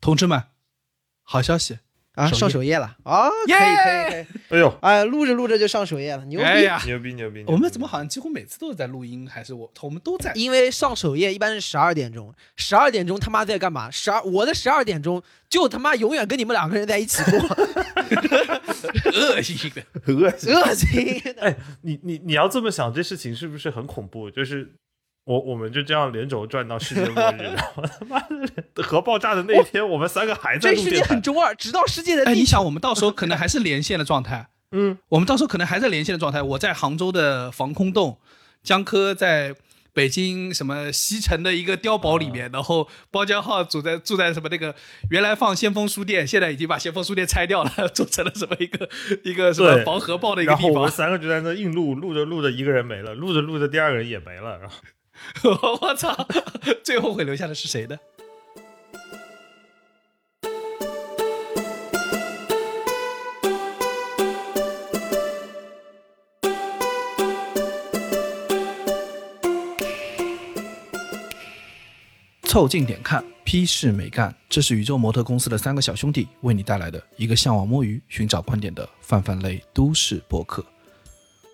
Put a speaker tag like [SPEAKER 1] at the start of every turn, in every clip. [SPEAKER 1] 同志们，好消息
[SPEAKER 2] 啊，
[SPEAKER 1] 首页
[SPEAKER 2] 上首页了啊，可以
[SPEAKER 1] 耶
[SPEAKER 2] 可以可以，
[SPEAKER 3] 哎呦，
[SPEAKER 2] 哎，录着录着就上首页了，牛逼！
[SPEAKER 1] 哎呀，
[SPEAKER 3] 牛逼牛逼！牛逼
[SPEAKER 1] 我们怎么好像几乎每次都是在录音，还是我我们都在
[SPEAKER 2] 因为上首页一般是十二点钟，十二点钟他妈在干嘛？十二我的十二点钟就他妈永远跟你们两个人在一起过，
[SPEAKER 1] 恶意的？
[SPEAKER 3] 很恶心？
[SPEAKER 2] 恶心！
[SPEAKER 3] 哎，你你你要这么想，这事情是不是很恐怖？就是我我们就这样连轴转到世界末日，然后他妈的核爆炸的那一天，我们三个还在
[SPEAKER 2] 这
[SPEAKER 3] 录
[SPEAKER 2] 世
[SPEAKER 3] 电
[SPEAKER 2] 界很
[SPEAKER 3] 台。
[SPEAKER 2] 中啊二，直到世界的
[SPEAKER 1] 哎，
[SPEAKER 2] 地
[SPEAKER 1] 你
[SPEAKER 2] 址
[SPEAKER 1] 想，我们到时候可能还是连线的状态，
[SPEAKER 3] 嗯，
[SPEAKER 1] 我们到时候可能还在连线的状态。我在杭州的防空洞，江科在北京什么西城的一个碉堡里面，然后包江浩住在住在什么那个原来放先锋书店，现在已经把先锋书店拆掉了， 做成了什么一个一个什么
[SPEAKER 3] 对
[SPEAKER 1] 防核爆的一个
[SPEAKER 3] 然后
[SPEAKER 1] 地
[SPEAKER 3] 我们
[SPEAKER 1] 方。
[SPEAKER 3] 三个就在那硬录，录着录着一个人没了，录着录着第二个人也没了，然后
[SPEAKER 1] 我操！最后会留下的是谁的？凑近点看，屁事没干。这是宇宙模特公司的三个小兄弟为你带来的一个向往摸鱼、寻找观点的泛泛类都市博客。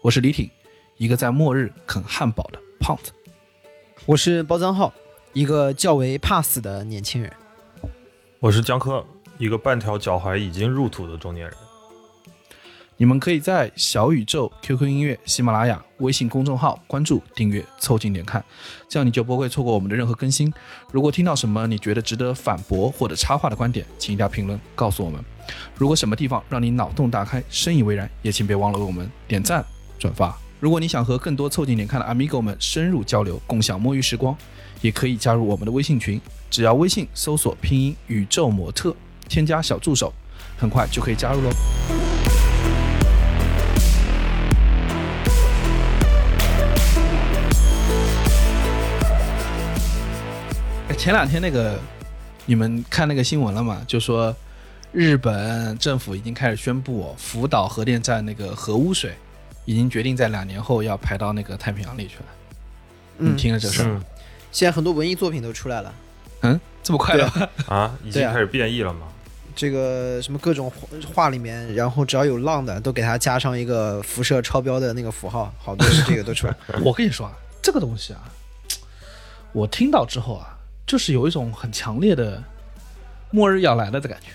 [SPEAKER 1] 我是李挺，一个在末日啃汉堡的胖子。
[SPEAKER 2] 我是包藏浩，一个较为怕死的年轻人。
[SPEAKER 3] 我是江科，一个半条脚踝已经入土的中年人。
[SPEAKER 1] 你们可以在小宇宙、QQ 音乐、喜马拉雅、微信公众号关注、订阅、凑近点看，这样你就不会错过我们的任何更新。如果听到什么你觉得值得反驳或者插话的观点，请一定要评论告诉我们。如果什么地方让你脑洞大开、深以为然，也请别忘了为我们点赞、转发。如果你想和更多凑近点看的 Amigo 们深入交流，共享摸鱼时光，也可以加入我们的微信群，只要微信搜索拼音“宇宙模特”，添加小助手，很快就可以加入喽。哎前两天那个，你们看那个新闻了吗？就说日本政府已经开始宣布、哦，福岛核电站那个核污水已经决定在两年后要排到那个太平洋里去了。你
[SPEAKER 2] 嗯，
[SPEAKER 1] 听了这事儿，
[SPEAKER 3] 嗯
[SPEAKER 2] 现在很多文艺作品都出来了，
[SPEAKER 1] 嗯，这么快
[SPEAKER 2] 对
[SPEAKER 1] 了
[SPEAKER 2] 啊？
[SPEAKER 3] 啊，已
[SPEAKER 2] 对
[SPEAKER 3] 经
[SPEAKER 2] 啊
[SPEAKER 3] 开始变异了吗？
[SPEAKER 2] 这个什么各种画画里面，然后只要有浪的，都给它加上一个辐射超标的那个符号，好多是这个都出来。
[SPEAKER 1] 我跟你说啊，这个东西啊，我听到之后啊，就是有一种很强烈的末日要来了的感觉，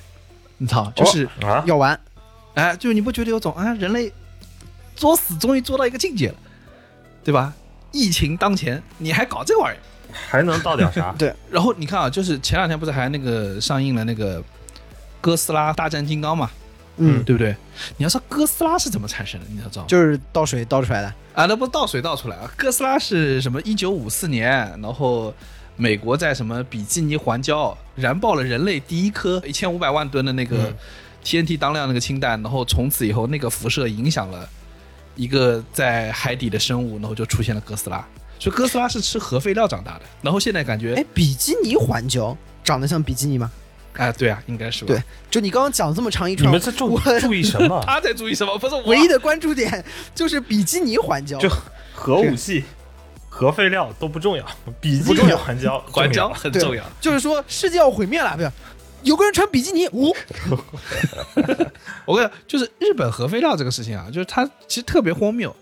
[SPEAKER 1] 你知道，就是、
[SPEAKER 3] 啊，
[SPEAKER 2] 要完，？
[SPEAKER 1] 哎，就是你不觉得有种啊，人类作死终于做到一个境界了，对吧？疫情当前，你还搞这玩意儿？
[SPEAKER 3] 还能到点啥
[SPEAKER 2] 对
[SPEAKER 1] 然后你看啊，就是前两天不是还那个上映了那个《哥斯拉大战金刚》嘛，
[SPEAKER 2] 嗯，
[SPEAKER 1] 对不对？你要说哥斯拉是怎么产生的，你要知道吗？
[SPEAKER 2] 就是倒水倒出来的。
[SPEAKER 1] 啊，那不倒水倒出来啊！哥斯拉是什么？一九五四年，然后美国在什么比基尼环礁燃爆了人类第一颗一千五百万吨的那个
[SPEAKER 3] 嗯
[SPEAKER 1] TNT 当量那个氢弹，然后从此以后那个辐射影响了一个在海底的生物，然后就出现了哥斯拉。所以哥斯拉是吃核废料长大的，然后现在感觉
[SPEAKER 2] 哎，比基尼环礁长得像比基尼吗？
[SPEAKER 1] 哎，对啊，应该是吧？
[SPEAKER 2] 对，就你刚刚讲这么长一
[SPEAKER 3] 你
[SPEAKER 2] 串
[SPEAKER 3] 们，在注
[SPEAKER 2] 我
[SPEAKER 3] 注意什么？
[SPEAKER 1] 他在注意什么？不是我啊
[SPEAKER 2] 唯一的关注点 就是比基尼环礁。
[SPEAKER 3] 就核武器、核废料都不重要，笔记
[SPEAKER 2] 不重要
[SPEAKER 3] 环礁重
[SPEAKER 1] 环礁
[SPEAKER 3] 要
[SPEAKER 1] 很
[SPEAKER 2] 对
[SPEAKER 1] 重要。
[SPEAKER 2] 就是说世界要毁灭了，不是？有个人穿比基尼，呜、
[SPEAKER 1] 我跟你讲，就是日本核废料这个事情啊，就是它其实特别荒谬。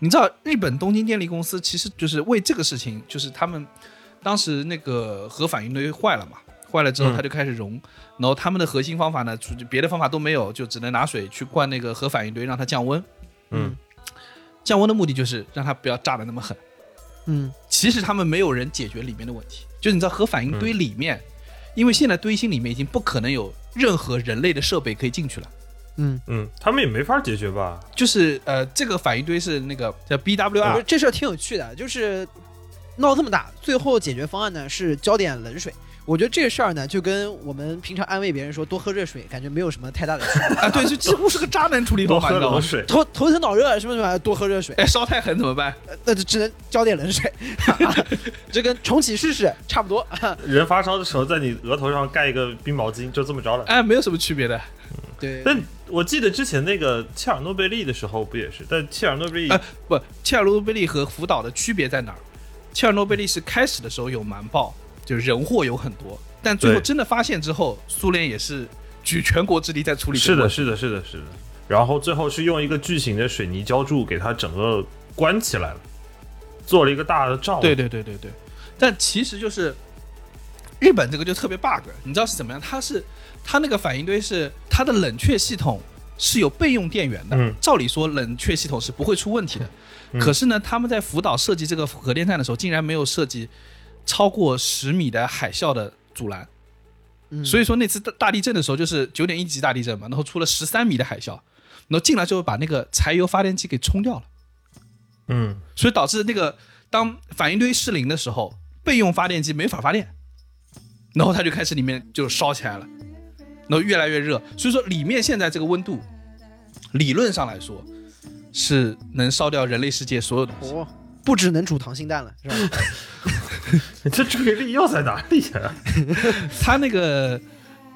[SPEAKER 1] 你知道，日本东京电力公司其实就是为这个事情，就是他们当时那个核反应堆坏了嘛，坏了之后
[SPEAKER 3] 嗯
[SPEAKER 1] 它就开始融，然后他们的核心方法呢，就别的方法都没有，就只能拿水去灌那个核反应堆，让它降温。
[SPEAKER 3] 嗯，
[SPEAKER 1] 降温的目的就是让它不要炸得那么狠。
[SPEAKER 2] 嗯，
[SPEAKER 1] 其实他们没有人解决里面的问题，就是你知道核反应堆里面，因为现在堆芯里面已经不可能有任何人类的设备可以进去了。
[SPEAKER 2] 嗯，
[SPEAKER 3] 嗯，他们也没法解决吧？
[SPEAKER 1] 就是呃，这个反应堆是那个叫
[SPEAKER 2] 不
[SPEAKER 3] 啊
[SPEAKER 1] BWR，
[SPEAKER 2] 是这事儿挺有趣的，就是闹这么大，最后解决方案呢是浇点冷水。我觉得这个事儿呢，就跟我们平常安慰别人说多喝热水，感觉没有什么太大的区 别。
[SPEAKER 1] 啊，对，就几乎是个渣男处理
[SPEAKER 3] 多
[SPEAKER 1] 方 法，
[SPEAKER 3] 喝
[SPEAKER 1] 你知道吗
[SPEAKER 3] 冷？水，
[SPEAKER 2] 头头疼脑热什么什么，多喝热水，
[SPEAKER 1] 哎，烧太狠怎么办？
[SPEAKER 2] 呃那就只能浇点冷水， 这跟重启试试差不多。
[SPEAKER 3] 人发烧的时候在你额头上盖一个冰毛巾，就这么着了。
[SPEAKER 1] 哎，没有什么区别的。
[SPEAKER 2] 对，
[SPEAKER 3] 但我记得之前那个切尔诺贝利的时候不也是？但切尔诺贝利
[SPEAKER 2] 呃
[SPEAKER 1] 哎，不，切尔诺贝利和福岛的区别在哪儿？切尔诺贝利是开始的时候有瞒报，就是人祸有很多，但最后
[SPEAKER 3] 对
[SPEAKER 1] 真的发现之后，苏联也是举全国之力在处理这
[SPEAKER 3] 是
[SPEAKER 1] 个
[SPEAKER 3] 的，
[SPEAKER 1] 问题。
[SPEAKER 3] 是的，是的，是的。然后最后是用一个巨型的水泥浇筑给它整个关起来了，做了一个大的罩。
[SPEAKER 1] 对，对对对对。但其实就是日本这个就特别 bug，你知道是怎么样？它是它那个反应堆是它的冷却系统是有备用电源的，
[SPEAKER 3] 嗯
[SPEAKER 1] 照理说冷却系统是不会出问题的。
[SPEAKER 3] 嗯
[SPEAKER 1] 可是呢，他们在福岛设计这个核电站的时候，竟然没有设计超过十米的海啸的阻拦。
[SPEAKER 2] 嗯
[SPEAKER 1] 所以说那次大大地震的时候，就是九点一级大地震嘛，然后出了十三米的海啸，然后进来之后把那个柴油发电机给冲掉了，
[SPEAKER 3] 嗯，
[SPEAKER 1] 所以导致那个当反应堆失灵的时候，备用发电机没法发电，然后它就开始里面就烧起来了，然后越来越热，所以说里面现在这个温度，理论上来说是能烧掉人类世界所有东西。
[SPEAKER 2] 哦，不只能煮溏心蛋了，是吧？
[SPEAKER 3] 你这注意力要在哪里啊呀、
[SPEAKER 1] 它那个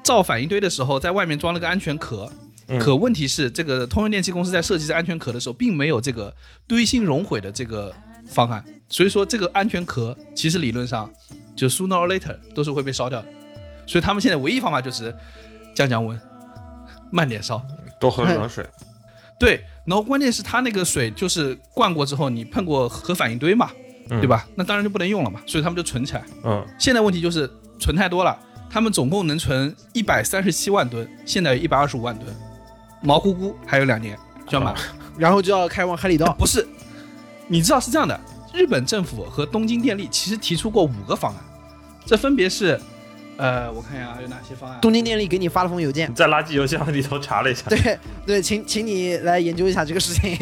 [SPEAKER 1] 造反应堆的时候，在外面装了个安全壳。
[SPEAKER 3] 嗯
[SPEAKER 1] 可问题是，这个通用电气公司在设计这安全壳的时候，并没有这个堆芯熔毁的这个方案，所以说这个安全壳其实理论上就 sooner or later 都是会被烧掉的。所以他们现在唯一方法就是降降温， 慢点烧。
[SPEAKER 3] 多喝
[SPEAKER 2] 冷
[SPEAKER 3] 水。
[SPEAKER 1] 对，然后关键是它那个水就是灌过之后，你碰过核反应堆嘛，
[SPEAKER 3] 嗯
[SPEAKER 1] 对吧？那当然就不能用了嘛，所以他们就存起来。
[SPEAKER 3] 嗯，
[SPEAKER 1] 现在问题就是存太多了，他们总共能存一百三十七万吨，现在有一百二十五万吨，毛乎乎还有两年就要满了。
[SPEAKER 2] 然后就要开往海底
[SPEAKER 1] 啊
[SPEAKER 2] 捞。
[SPEAKER 1] 不是，你知道是这样的，日本政府和东京电力其实提出过五个方案，这分别是，呃，我看一下啊有哪些方案。
[SPEAKER 2] 东京电力给你发了封邮件
[SPEAKER 3] 你，在垃圾邮箱里头查了一下。
[SPEAKER 2] 对对，请请你来研究一下这个事情。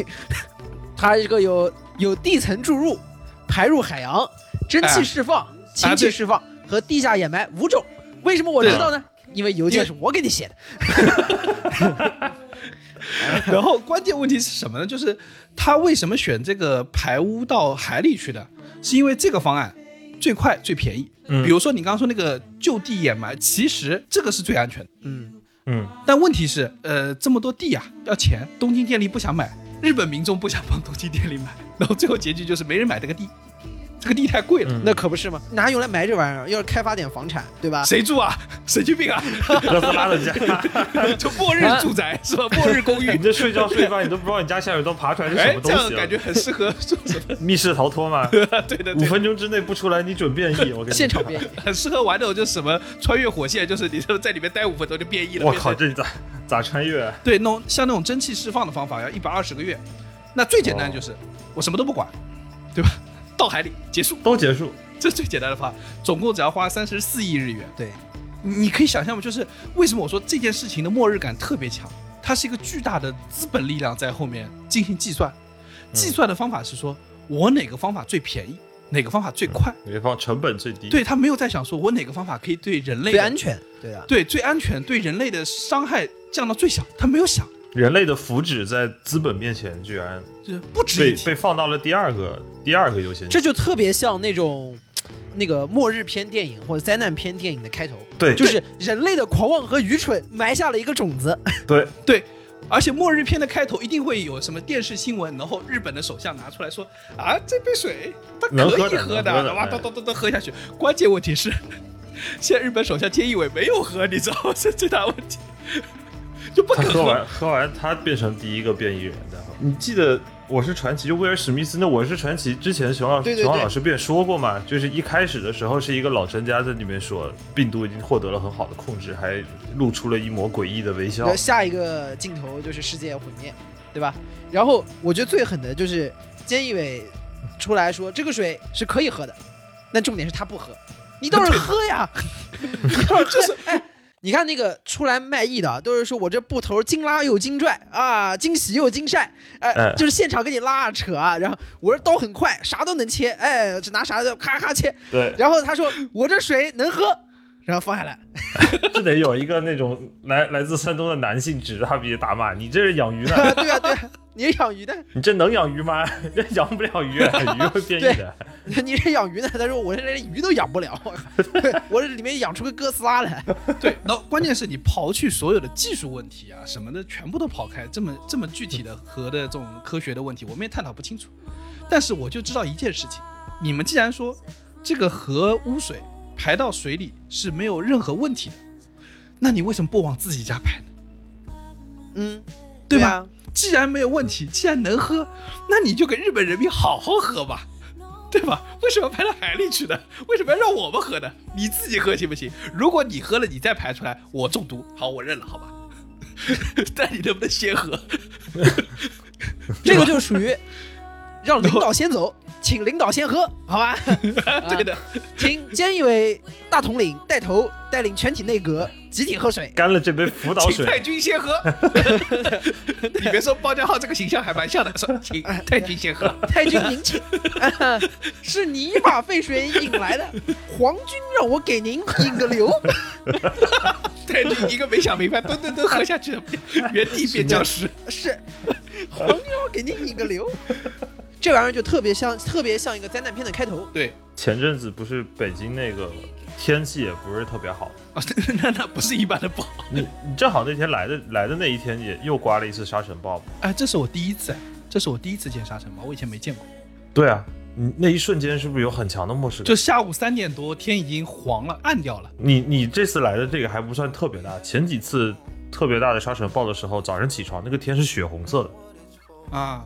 [SPEAKER 2] 它这个有有地层注入、排入海洋、蒸汽
[SPEAKER 1] 哎
[SPEAKER 2] 释放、氢气
[SPEAKER 1] 对
[SPEAKER 2] 释放和地下掩埋五种。为什么我知
[SPEAKER 1] 对
[SPEAKER 2] 道呢？因为邮
[SPEAKER 1] 因
[SPEAKER 2] 件
[SPEAKER 1] 为
[SPEAKER 2] 是我给你写的。
[SPEAKER 1] 然后关键问题是什么呢？就是他为什么选这个排污到海里去的？是因为这个方案最快最便宜。
[SPEAKER 3] 嗯
[SPEAKER 1] 比如说你刚刚说那个就地掩埋，其实这个是最安全的。
[SPEAKER 2] 嗯，
[SPEAKER 3] 嗯，
[SPEAKER 1] 但问题是，呃，这么多地呀、要钱，东京电力不想买，日本民众不想帮东京电力买， 然后最后结局就是没人买这个地，这个地太贵了，
[SPEAKER 3] 嗯
[SPEAKER 2] 那可不是嘛，拿用来埋这玩意儿，要是开发点房产，对吧？
[SPEAKER 1] 谁住啊？ 神经病啊！
[SPEAKER 3] 特斯拉的家，
[SPEAKER 1] 就末日
[SPEAKER 3] 啊
[SPEAKER 1] 住宅是吧？末日公
[SPEAKER 3] 你
[SPEAKER 1] 寓，
[SPEAKER 3] 这睡觉睡一半，你都不知道你家下水道爬出来是什
[SPEAKER 1] 哎
[SPEAKER 3] 么，
[SPEAKER 1] 这
[SPEAKER 3] 东
[SPEAKER 1] 样
[SPEAKER 3] 西、啊，
[SPEAKER 1] 感觉很适合 做什么？
[SPEAKER 3] 密室逃脱嘛。
[SPEAKER 1] 对的，
[SPEAKER 3] 五
[SPEAKER 1] 对的，
[SPEAKER 3] 分钟之内不出来，你准变异。我跟你
[SPEAKER 2] 现场
[SPEAKER 3] 讲
[SPEAKER 2] 变异。
[SPEAKER 1] 很适合玩那种就是什么穿越火线，就是你就在里面待五分钟就变异了。
[SPEAKER 3] 我
[SPEAKER 1] 变
[SPEAKER 3] 靠，
[SPEAKER 1] 成
[SPEAKER 3] 这咋咋穿越啊？
[SPEAKER 1] 对，那种像那种蒸汽释放的方法要一百二十个月，那最简单就是、我什么都不管，对吧？到海里结束。
[SPEAKER 3] 都结束。
[SPEAKER 1] 这是最简单的话，总共只要花三十四亿日元。
[SPEAKER 2] 对，
[SPEAKER 1] 你你可以想象吗？就是为什么我说这件事情的末日感特别强，它是一个巨大的资本力量在后面进行计算，
[SPEAKER 2] 嗯
[SPEAKER 1] 计算的方法是说我哪个方法最便宜，哪个方法最快。
[SPEAKER 2] 嗯
[SPEAKER 3] 你放成本最低。
[SPEAKER 1] 对他没有在想说我哪个方法可以对人
[SPEAKER 2] 最
[SPEAKER 1] 类的
[SPEAKER 2] 安，全，对啊，
[SPEAKER 1] 对最安全，对人类的伤害降到最小，他没有想，
[SPEAKER 3] 人类的福祉在资本面前居然
[SPEAKER 1] 就是不值一
[SPEAKER 3] 被
[SPEAKER 1] 提。
[SPEAKER 3] 被放到了第二个第二个优先
[SPEAKER 2] 这
[SPEAKER 3] 级。
[SPEAKER 2] 就特别像那种那个末日片电影或者灾难片电影的开头，
[SPEAKER 3] 对，
[SPEAKER 2] 就是人类的狂妄和愚蠢埋下了一个种子。
[SPEAKER 3] 对，
[SPEAKER 1] 对，而且末日片的开头一定会有什么电视新闻，然后日本的首相拿出来说啊，这杯水它
[SPEAKER 3] 能
[SPEAKER 1] 可
[SPEAKER 3] 喝
[SPEAKER 1] 以
[SPEAKER 3] 的
[SPEAKER 1] 喝
[SPEAKER 3] 能喝的
[SPEAKER 1] 哇，
[SPEAKER 3] 哎
[SPEAKER 1] 咚咚咚咚喝下去。关键问题是， 现在日本首相菅义伟没有喝，你知道吗？ 是最大问题，就不
[SPEAKER 3] 他
[SPEAKER 1] 肯
[SPEAKER 3] 喝完 喝完，他变成第一个变异人的。你记得《我是传奇》就威尔史密斯那《我是传奇》之前熊老
[SPEAKER 2] 对对对
[SPEAKER 3] 熊老师不也说过嘛？就是一开始的时候是一个老专家在里面说，病毒已经获得了很好的控制，还露出了一抹诡异的微笑
[SPEAKER 2] 然后。下一个镜头就是世界毁灭，对吧？然后我觉得最狠的就是菅义伟出来说这个水是可以喝的，但重点是他不喝，你倒是喝 呀！你倒是就是哎，你看那个出来卖艺的啊都是说我这布头精拉又精拽啊，精洗又精晒，哎、
[SPEAKER 3] 哎
[SPEAKER 2] 就是现场给你拉啊扯啊，然后我这刀很快，啥都能切，哎，只拿啥就咔咔切，
[SPEAKER 3] 对，
[SPEAKER 2] 然后他说我这水能喝，然后放下来，
[SPEAKER 3] 这得有一个那种来 来自山东的男性指着他鼻子大骂：“你这是养鱼 呢？
[SPEAKER 2] 啊对啊对啊，你是养鱼的。
[SPEAKER 3] 你这能养鱼吗？ 这养不了鱼，鱼会变异的。
[SPEAKER 2] 你这养鱼呢？他说我这连鱼都养不了， 我这里面养出个哥斯拉来。
[SPEAKER 1] 对，然后关键是你刨去所有的技术问题啊什么的，全部都刨开，这么这么具体的和的这种科学的问题，我们也探讨不清楚。但是我就知道一件事情，你们既然说这个核污水排到水里是没有任何问题的，那你为什么不往自己家排呢？
[SPEAKER 2] 嗯，
[SPEAKER 1] 对吧？
[SPEAKER 2] 啊？
[SPEAKER 1] 既然没有问题，既然能喝，那你就给日本人民好好喝吧，对吧？为什么排到海里去呢？为什么要让我们喝呢？你自己喝行不行？如果你喝了，你再排出来，我中毒，好，我认了，好吧？ 但你能不能先喝？
[SPEAKER 2] 啊这个就属于让领导先走，请领导先喝，好吧？ 啊
[SPEAKER 1] 对的，
[SPEAKER 2] 请菅义伟大统领带头带领全体内阁集体喝水。
[SPEAKER 3] 干了这杯辅 导
[SPEAKER 1] 请太
[SPEAKER 3] 水，
[SPEAKER 1] 君先 喝。你别说包浆浩这个形象还蛮 像的，说请太君先喝。
[SPEAKER 2] 太君您请，啊 是你把沸水引来的，皇军让我给您引个流。
[SPEAKER 1] 太君一个没想明白，蹲蹲蹲喝下去了，原地变僵尸。
[SPEAKER 2] 是，皇军让我给您引个流。 这玩意儿就特别像，特别像一个灾难片的开头。
[SPEAKER 1] 对，
[SPEAKER 3] 前阵子不是北京那个天气也不是特别好，
[SPEAKER 1] 哦，那那不是一般的不好。
[SPEAKER 3] 你你正好那天来的来的那一天也又刮了一次沙尘暴嘛。
[SPEAKER 1] 哎，这是我第一次，哎，这是我第一次见沙尘暴，我以前没见过。
[SPEAKER 3] 对啊，你那一瞬间是不是有很强的漠视感？
[SPEAKER 1] 就下午三点多，天已经黄了，暗掉了。
[SPEAKER 3] 你你这次来的这个还不算特别大，前几次特别大的沙尘暴的时候，早上起床那个天是血红色的。
[SPEAKER 1] 啊，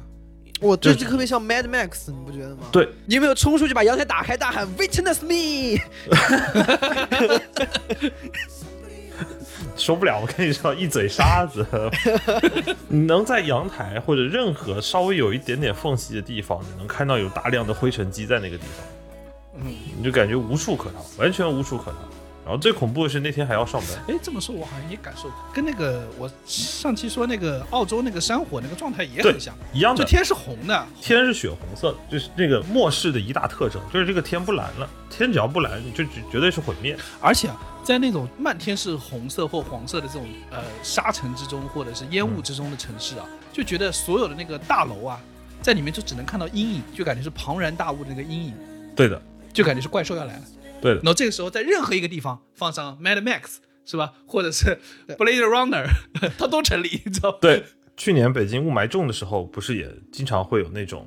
[SPEAKER 2] 我这
[SPEAKER 3] 就
[SPEAKER 2] 就特别像 Mad Max，你不觉得吗？
[SPEAKER 3] 对，
[SPEAKER 2] 你有没有冲出去把阳台打开，大喊 “Witness me”？
[SPEAKER 3] 受不了，我跟你说，一嘴沙 子。你能在阳台或者任何稍微有一点点缝隙的地方，你能看到有大量的灰尘积在那个地方，
[SPEAKER 1] 嗯，
[SPEAKER 3] 你就感觉无处可逃，完全无处可逃。然后最恐怖的是那天还要上班，
[SPEAKER 1] 哎，这么说我好像也感受过，跟那个我上期说那个澳洲那个山火那个状态也
[SPEAKER 3] 对
[SPEAKER 1] 很像，，
[SPEAKER 3] 一样
[SPEAKER 1] 就
[SPEAKER 3] 的。
[SPEAKER 1] 天是红的，
[SPEAKER 3] 天是血红色的，就是那个末世的一大特征，就是这个天不蓝了。天只要不蓝，你就绝绝对是毁灭。
[SPEAKER 1] 而且、啊、在那种漫天是红色或黄色的这种呃沙尘之中，或者是烟雾之中的城市啊，就觉得所有的那个大楼啊，在里面就只能看到阴影，就感觉是庞然大物的那个阴影，
[SPEAKER 3] 对的，
[SPEAKER 1] 就感觉是怪兽要来了。
[SPEAKER 3] 对的
[SPEAKER 1] 然。后这个时候在任何一个地方放上 Mad Max 是吧，或者是呃 Blade Runner，它 都成立，你知道吗？
[SPEAKER 3] 对，去年北京雾霾重的时候，不是也经常会有那种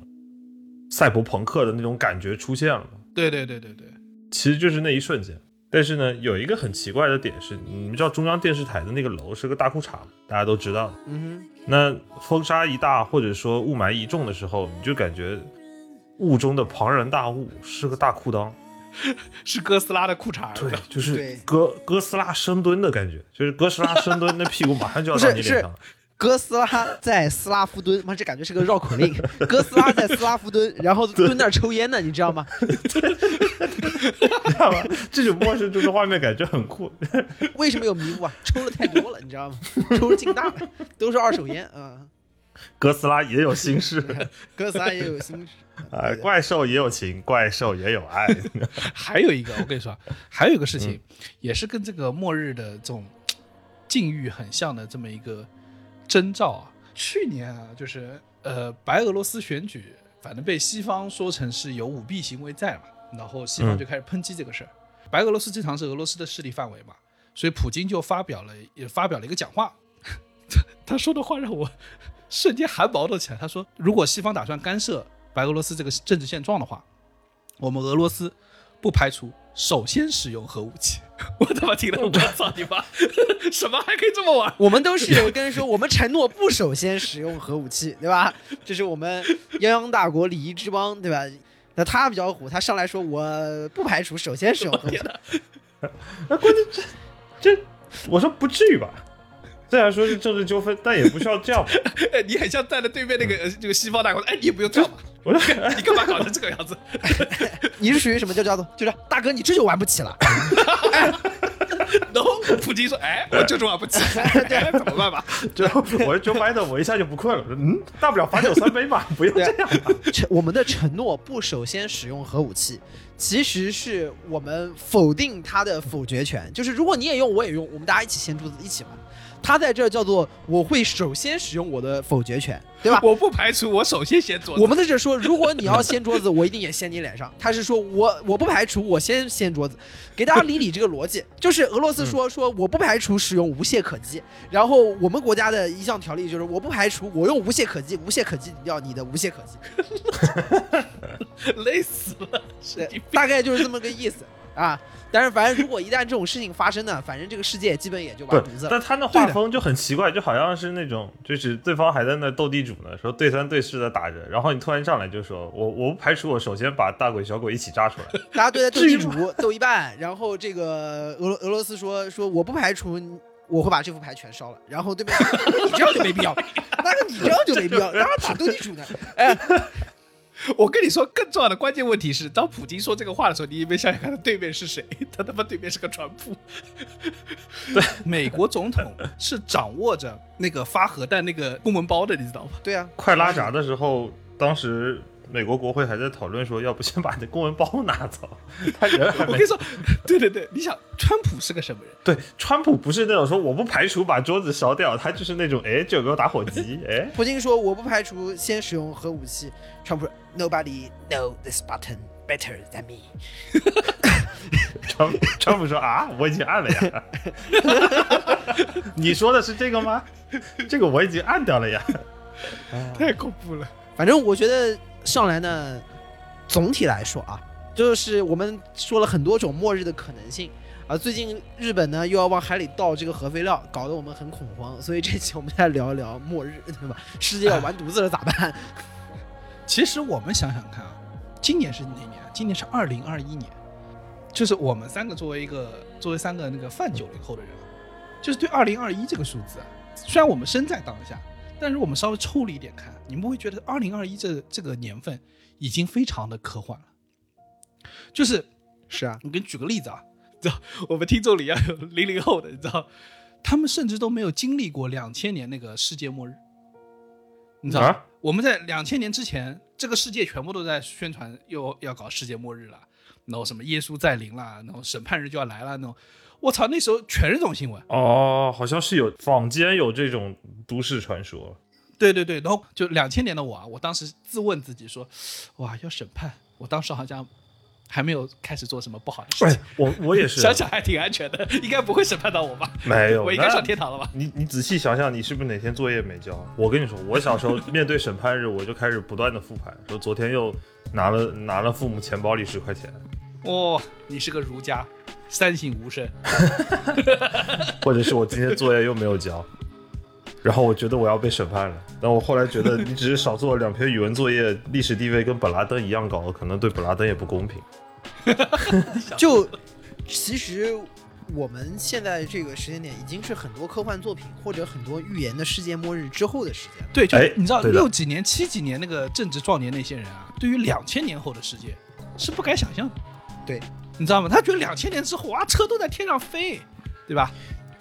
[SPEAKER 3] 赛博朋克的那种感觉出现了吗？
[SPEAKER 1] 对对对对对，
[SPEAKER 3] 其实就是那一瞬间。但是呢，有一个很奇怪的点是，你们知道中央电视台的那个楼是个大裤衩吗，大家都知道的。
[SPEAKER 2] 嗯
[SPEAKER 3] 那风沙一大，或者说雾霾一重的时候，你就感觉雾中的庞然大物是个大裤裆，
[SPEAKER 1] 是哥斯拉的裤衩儿。
[SPEAKER 3] 对，
[SPEAKER 2] 对
[SPEAKER 3] 就是哥哥斯拉深蹲的感觉，就是哥斯拉深蹲，那屁股马上就要到
[SPEAKER 2] 不是
[SPEAKER 3] 你
[SPEAKER 2] 是
[SPEAKER 3] 脸上了。
[SPEAKER 2] 哥斯拉在斯拉夫蹲，妈，这感觉是个绕口令。哥斯拉在斯拉夫蹲，然后蹲那儿抽烟呢，你知道吗？
[SPEAKER 3] 知道吗？这种末世中的画面感觉很酷，
[SPEAKER 2] 为什么有迷雾啊？抽了太多了，你知道吗？抽了劲大了，都是二手烟啊。
[SPEAKER 3] 哥斯拉也有 心事。
[SPEAKER 2] 哥斯拉也有心事，
[SPEAKER 3] 哎，怪兽也有情，怪兽也有爱。
[SPEAKER 1] 还有一个，我跟你说，还有一个事情，也是跟这个末日的这种嘖境遇很像的这么一个征兆啊。去年啊，就是呃，白俄罗斯选举，反正被西方说成是有舞弊行为在嘛，然后西方就开始抨击这个事儿。白俄罗斯经常是俄罗斯的势力范围嘛，所以普京就发表了也发表了一个讲话， 他说的话让我瞬间汗毛都起来。他说，如果西方打算干涉白俄罗斯这个政治现状的话，我们俄罗斯不排除首先使用核武器。 我他妈听了，我操你妈！什么还可以这么玩？
[SPEAKER 2] 我们都是跟人说，我们承诺不首先使用核武器，对吧？这是我们泱泱大国礼仪之邦，对吧？那他比较虎，他上来说我不排除首先使用核武器，
[SPEAKER 3] 这我说不至于吧？虽然说是政治纠纷，但也不需要这样吧。
[SPEAKER 1] 哎你很像站在对面那个呃这个西方大国，哎，你也不用这样吧？
[SPEAKER 3] 我 说，
[SPEAKER 1] 你干嘛搞成这个 样子？
[SPEAKER 2] 你是属于什么？就叫做就是大哥，你这就玩不起了。
[SPEAKER 1] 然后普京说，哎，我就这玩不 起，哎怎么办吧？
[SPEAKER 3] 就我说 Joe Biden，我一下就不困了。我说，嗯，大不了罚酒三杯嘛，不用
[SPEAKER 2] 啊
[SPEAKER 3] 这样吧。
[SPEAKER 2] 承我们的承诺不首先使用核武器，其实是我们否定他的否决权。就是如果你也用，我也用，我们大家一起掀桌子一起玩。他在这儿叫做我会首先使用我的否决权，对吧？
[SPEAKER 1] 我不排除我首先先做。
[SPEAKER 2] 我们在这说，如果你要掀桌子，我一定也掀你脸上。他是说我我不排除我先掀桌子，给大家理理这个逻辑，就是俄罗斯说说我不排除使用无懈可击，然后我们国家的一项条例就是我不排除我用无懈可击，无懈可击掉你的无懈可击，
[SPEAKER 1] 累死了，
[SPEAKER 2] 对，大概就是这么个意思。啊。但是反正如果一旦这种事情发生呢，反正这个世界基本也就完
[SPEAKER 3] 对
[SPEAKER 2] 犊子，了。
[SPEAKER 3] 但他那
[SPEAKER 1] 对
[SPEAKER 3] 画
[SPEAKER 1] 的
[SPEAKER 3] 风就很奇怪，就好像是那种，就是对方还在那斗地主呢，说对三对四的打着，然后你突然上来就说，我我不排除我首先把大鬼小鬼一起扎出 来，
[SPEAKER 2] 大家对待斗地主斗一半，然后这个俄罗俄罗斯说说我不排除你我会把这副牌全烧了，然后对面说你这样就没必要，那个你这样就没必要，当然打斗地主呢，
[SPEAKER 1] 我跟你说，更重要的关键问题是，当普京说这个话的时候，你有没有想想看他对面是谁？ 他他妈对面是个船夫。 对，美国总统是掌握着那个发核弹那个公文包的，你知道吗？
[SPEAKER 2] 对啊，
[SPEAKER 3] 快拉闸的时候，当时美国国会还在讨论说，要不先把你的公文包拿 走，他人还
[SPEAKER 1] 我
[SPEAKER 3] 没
[SPEAKER 1] 跟你说， 对对对，你想，川普是个什么人？
[SPEAKER 3] 对，川普不是那种说我不排除把桌子烧掉，他就是那种哎，这有个打火 机，哎，
[SPEAKER 2] 普京说我不排除先使用核武器，川普说 Nobody know this button better than me，
[SPEAKER 3] 川川普说啊，我已经按了 呀，你说的是这个吗？这个我已经按掉了呀。
[SPEAKER 1] 太恐怖了。
[SPEAKER 2] 反正我觉得上来呢，总体来说啊，就是我们说了很多种末日的可能性啊。最近日本呢又要往海里倒这个核废料，搞得我们很恐慌。所以这期我们来聊一聊末日，对吧？世界要完犊子了咋办？
[SPEAKER 1] 其实我们想想看啊，今年是哪年？啊今年是二零二一年，就是我们三个作为一个作为三个那个泛九零后的人啊，就是对二零二一这个数字啊，虽然我们身在当下，但是我们稍微抽离一点看，你们会觉得二零二一这这个年份已经非常的科幻了。就是
[SPEAKER 2] 是啊，
[SPEAKER 1] 我给你举个例子啊，知道我们听众里要有零零后的，你知道，他们甚至都没有经历过两千年那个世界末日，你知道。
[SPEAKER 3] 啊，
[SPEAKER 1] 我们在两千年之前，这个世界全部都在宣传又要搞世界末日了，然后什么耶稣再临啦，然后审判日就要来了那种。我操，那时候全是这种新闻。
[SPEAKER 3] 哦，好像是有坊间有这种都市传说，
[SPEAKER 1] 对对对，然后就两千年的我啊，我当时自问自己说，哇，要审判，我当时好像还没有开始做什么不好的事情。
[SPEAKER 3] 哎，我我也是，
[SPEAKER 1] 想想还挺安全的，应该不会审判到我吧？
[SPEAKER 3] 没有
[SPEAKER 1] 我应该上
[SPEAKER 3] 那
[SPEAKER 1] 天堂了吧？
[SPEAKER 3] 你你仔细想想，你是不是哪天作业没交？啊我跟你说，我小时 候面对审判日，我就开始不断的复盘，说昨天又拿了拿了父母钱包里十块钱，
[SPEAKER 1] 哦，你是个儒家，三省吾身。
[SPEAKER 3] 或者是我今天作业又没有交，然后我觉得我要被审判了。但我后来觉得，你只是少做了两篇语文作业，历史地位跟本拉登一样高，可能对本拉登也不公平。
[SPEAKER 2] 就其实我们现在这个时间点已经是很多科幻作品或者很多预言的世界末日之后的时间了。
[SPEAKER 1] 对，就
[SPEAKER 3] 哎
[SPEAKER 1] 你知道
[SPEAKER 3] 对的
[SPEAKER 1] 六几年、七几年那个正值壮年那些人啊，对于两千年后的世界是不敢想象的。
[SPEAKER 2] 对，
[SPEAKER 1] 你知道吗？他觉得两千年之后啊，车都在天上飞，对吧？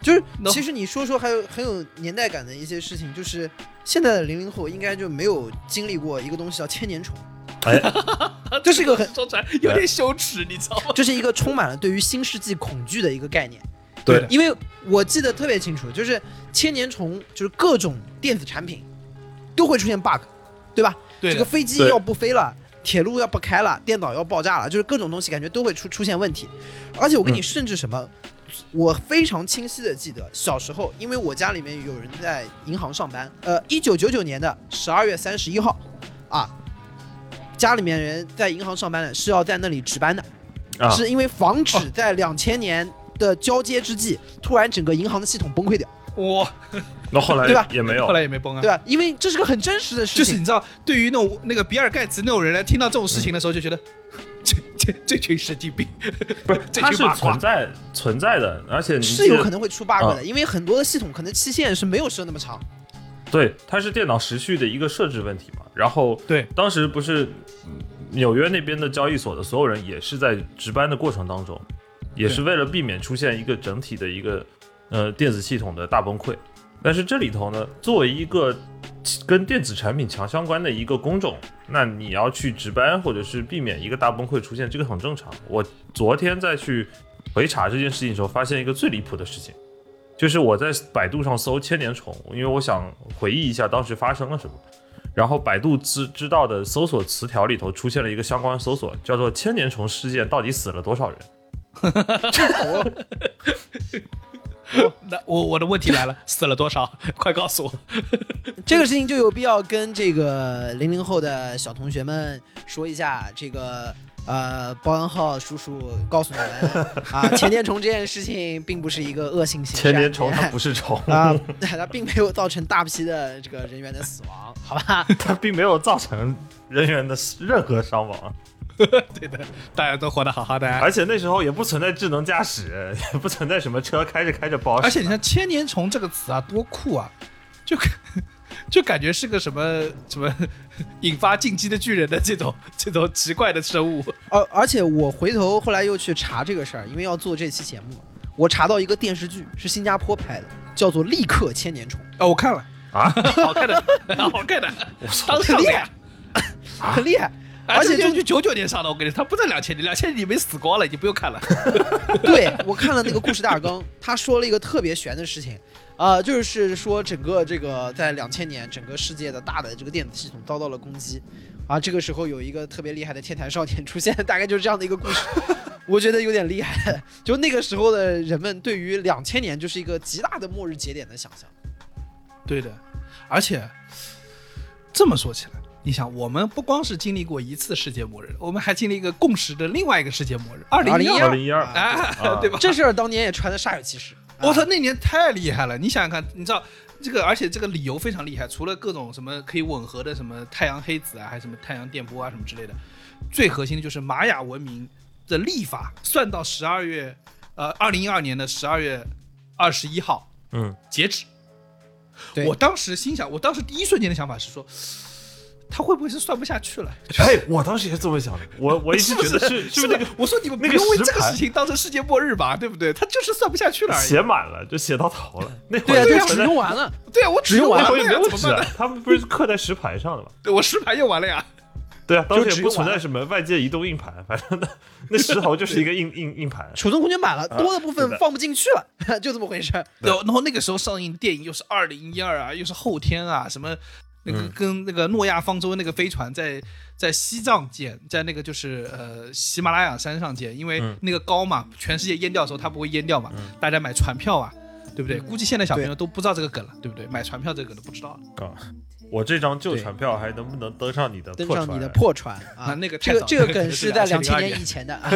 [SPEAKER 2] 就是
[SPEAKER 1] 能
[SPEAKER 2] 其实你说说还有很有年代感的一些事情，就是现在的零零后应该就没有经历过一个东西叫千年虫，
[SPEAKER 3] 哎，
[SPEAKER 2] 这是一个很，
[SPEAKER 1] 说出来有点羞耻，你知道吗？
[SPEAKER 2] 这是一个充满了对于新世纪恐惧的一个概念。
[SPEAKER 1] 对
[SPEAKER 3] 的
[SPEAKER 2] 因为我记得特别清楚，就是千年虫，就是各种电子产品都会出现 bug，对吧？
[SPEAKER 1] 对
[SPEAKER 2] 这个飞机
[SPEAKER 3] 对
[SPEAKER 2] 要不飞了，铁路要不开了，电脑要爆炸了，就是各种东西感觉都会出出现问题。而且我跟
[SPEAKER 1] 嗯
[SPEAKER 2] 你甚至什么，我非常清晰的记得小时候，因为我家里面有人在银行上班，呃，一九九九年的十二月三十一号，啊，家里面人在银行上班的是要在那里值班的，
[SPEAKER 3] 啊，
[SPEAKER 2] 是因为防止在两千年。的交接之际，突然整个银行的系统崩溃掉，
[SPEAKER 1] 哇，
[SPEAKER 3] 那后来
[SPEAKER 2] 对吧
[SPEAKER 3] 也没有
[SPEAKER 1] 后。来也没崩啊。
[SPEAKER 2] 对吧？因为这是个很真实的事情，
[SPEAKER 1] 就是你知道，对于那种那个比尔盖茨那种人来听到这种事情的时候，就觉得、 这这这群神经病，不是这
[SPEAKER 3] 它
[SPEAKER 1] 群
[SPEAKER 3] 是
[SPEAKER 1] 麻瓜
[SPEAKER 3] 存。在存在的，而且你
[SPEAKER 2] 是有可
[SPEAKER 3] 能
[SPEAKER 2] 能会出 bug
[SPEAKER 3] 啊
[SPEAKER 2] 的，因为很多的系统可能期限是没有设那么长。
[SPEAKER 3] 对，它是电脑时序的一个设置问题嘛。然后
[SPEAKER 1] 对，
[SPEAKER 3] 当时不是嗯纽约那边的交易所的所有人也是在值班的过程当中，也是为了避免出现一个整体的一个呃电子系统的大崩溃。但是这里头呢，作为一个跟电子产品强相关的一个工种，那你要去值班或者是避免一个大崩溃出现，这个很正常。我昨天再去回查这件事情的时候，发现一个最离谱的事情，就是我在百度上搜“千年虫”，因为我想回忆一下当时发生了什么。然后百度知知道的搜索词条里头出现了一个相关搜索，叫做“千年虫事件到底死了多少人
[SPEAKER 1] 那我我的问题来了，死了多少？ 快告诉我。
[SPEAKER 3] 嗯
[SPEAKER 2] 这个事情就有必要跟这个零零后的小同学们说一下，这个呃，包恩浩叔叔告诉我 们啊，前年虫这件事情并不是一个恶性刑事案
[SPEAKER 3] 千
[SPEAKER 2] 件。
[SPEAKER 3] 年虫它不是虫，
[SPEAKER 2] 啊，它并没有造成大批的这个人员的死亡，好吧？
[SPEAKER 3] 它并没有造成人员的任何伤亡，
[SPEAKER 1] 对的，大家都活得好好的啊、
[SPEAKER 3] 而且那时候也不存在智能驾驶，也不存在什么车开着开着不好使。
[SPEAKER 1] 而且你看“千年虫”这个词啊，多酷啊！就 就感觉是个什么什么 引发进击的巨人的这种这种奇怪的生物。
[SPEAKER 2] 而而且我回头后来又去查这个事儿，因为要做这期节目，我查到一个电视剧是新加坡拍的，叫做《立刻千年虫
[SPEAKER 1] 哦，我看了
[SPEAKER 3] 啊，
[SPEAKER 1] 好看的，好看的， 当上的呀！》，
[SPEAKER 2] 很厉害。而且
[SPEAKER 1] 就
[SPEAKER 2] 就
[SPEAKER 1] 就九九年上的，我跟你说，它不在两千年，两千年你没死光了，你不用看了。
[SPEAKER 2] 对我看了那个故事大纲，他说了一个特别悬的事情，啊，就是说整个这个在两千年，整个世界的大的这个电子系统遭到了攻击，啊，这个时候有一个特别厉害的天才少年 出现，大概就是这样的一个故事， 我觉得有点厉害。就那个时候的人们对于两千年就是一个极大的末日节点的想象，
[SPEAKER 1] 对的，而且这么说起来，你想，我们不光是经历过一次世界末日，我们还经历一个共识的另外一个世界末日，二零一
[SPEAKER 3] 二
[SPEAKER 1] 二
[SPEAKER 3] 零一二，
[SPEAKER 1] 啊，对吧？
[SPEAKER 2] 这事儿当年也传的煞有其事。
[SPEAKER 3] 啊
[SPEAKER 2] 啊
[SPEAKER 1] 我操，那年太厉害了！你想想看，你知道这个，而且这个理由非常厉害，除了各种什么可以吻合的什么太阳黑子啊，还是什么太阳电波啊什么之类的，最核心的就是玛雅文明的历法算到十二月，呃，二零一二年的十二月二十一号
[SPEAKER 3] 嗯，
[SPEAKER 1] 截止。
[SPEAKER 2] 对
[SPEAKER 1] 我当时心想，我当时第一瞬间的想法是说，他会不会是算不下去了？
[SPEAKER 3] 哎，我当时也是这么想的，我我一直
[SPEAKER 1] 是不
[SPEAKER 3] 觉
[SPEAKER 1] 是
[SPEAKER 3] 得是是不
[SPEAKER 1] 是
[SPEAKER 3] 是
[SPEAKER 1] 不
[SPEAKER 3] 那
[SPEAKER 1] 是我说你们不
[SPEAKER 3] 那个
[SPEAKER 1] 用为
[SPEAKER 3] 石
[SPEAKER 1] 这个
[SPEAKER 3] 盘
[SPEAKER 1] 事情当成世界末日吧，对不对？他就是算不下去了
[SPEAKER 3] 个
[SPEAKER 1] 而已。
[SPEAKER 3] 写满了，就写到头了，那会
[SPEAKER 2] 对
[SPEAKER 3] 儿
[SPEAKER 2] 啊，
[SPEAKER 3] 就
[SPEAKER 2] 就
[SPEAKER 3] 存
[SPEAKER 2] 只
[SPEAKER 3] 在
[SPEAKER 2] 用完了。
[SPEAKER 1] 对啊，我
[SPEAKER 2] 只用完
[SPEAKER 1] 了
[SPEAKER 3] 那会儿也没有
[SPEAKER 1] 怎么
[SPEAKER 3] 纸
[SPEAKER 1] 办呢
[SPEAKER 3] 啊，？他们不是刻在石盘上的吗？
[SPEAKER 1] 对我石盘用完了呀。
[SPEAKER 3] 对啊，当时
[SPEAKER 2] 就只
[SPEAKER 3] 也不
[SPEAKER 2] 用
[SPEAKER 3] 存
[SPEAKER 2] 完
[SPEAKER 3] 在
[SPEAKER 2] 了
[SPEAKER 3] 什么外界移动硬盘，反正那那石头就是一 个硬硬硬盘。
[SPEAKER 2] 储存空间满
[SPEAKER 1] 啊
[SPEAKER 2] 了，多的部
[SPEAKER 3] 是
[SPEAKER 2] 分
[SPEAKER 3] 的
[SPEAKER 2] 放不进去了， 就这么回事儿。
[SPEAKER 1] 对，然后那个时候上映的电影又是二零一二啊，又是后天啊，什么那个
[SPEAKER 3] 嗯
[SPEAKER 1] 跟那个诺亚方舟那个飞船在在西藏建，在那个就是呃喜马拉雅山上建，因为
[SPEAKER 3] 嗯
[SPEAKER 1] 那个高嘛，全世界淹掉的时候它不会淹掉嘛，大家买船票啊，对嗯不对？估计现在小朋友都不知道这个梗了，对不对？买船票这个梗都不知道了。
[SPEAKER 3] 啊，我这张旧
[SPEAKER 2] 对
[SPEAKER 3] 船票还能不能登上你的
[SPEAKER 2] 登
[SPEAKER 3] 破
[SPEAKER 2] 上
[SPEAKER 3] 船
[SPEAKER 2] 你的破船啊！
[SPEAKER 1] 那那个太
[SPEAKER 2] 这个
[SPEAKER 1] 早
[SPEAKER 2] 这个
[SPEAKER 1] 了
[SPEAKER 2] 梗是在两千
[SPEAKER 1] 2002
[SPEAKER 2] 年以前的啊。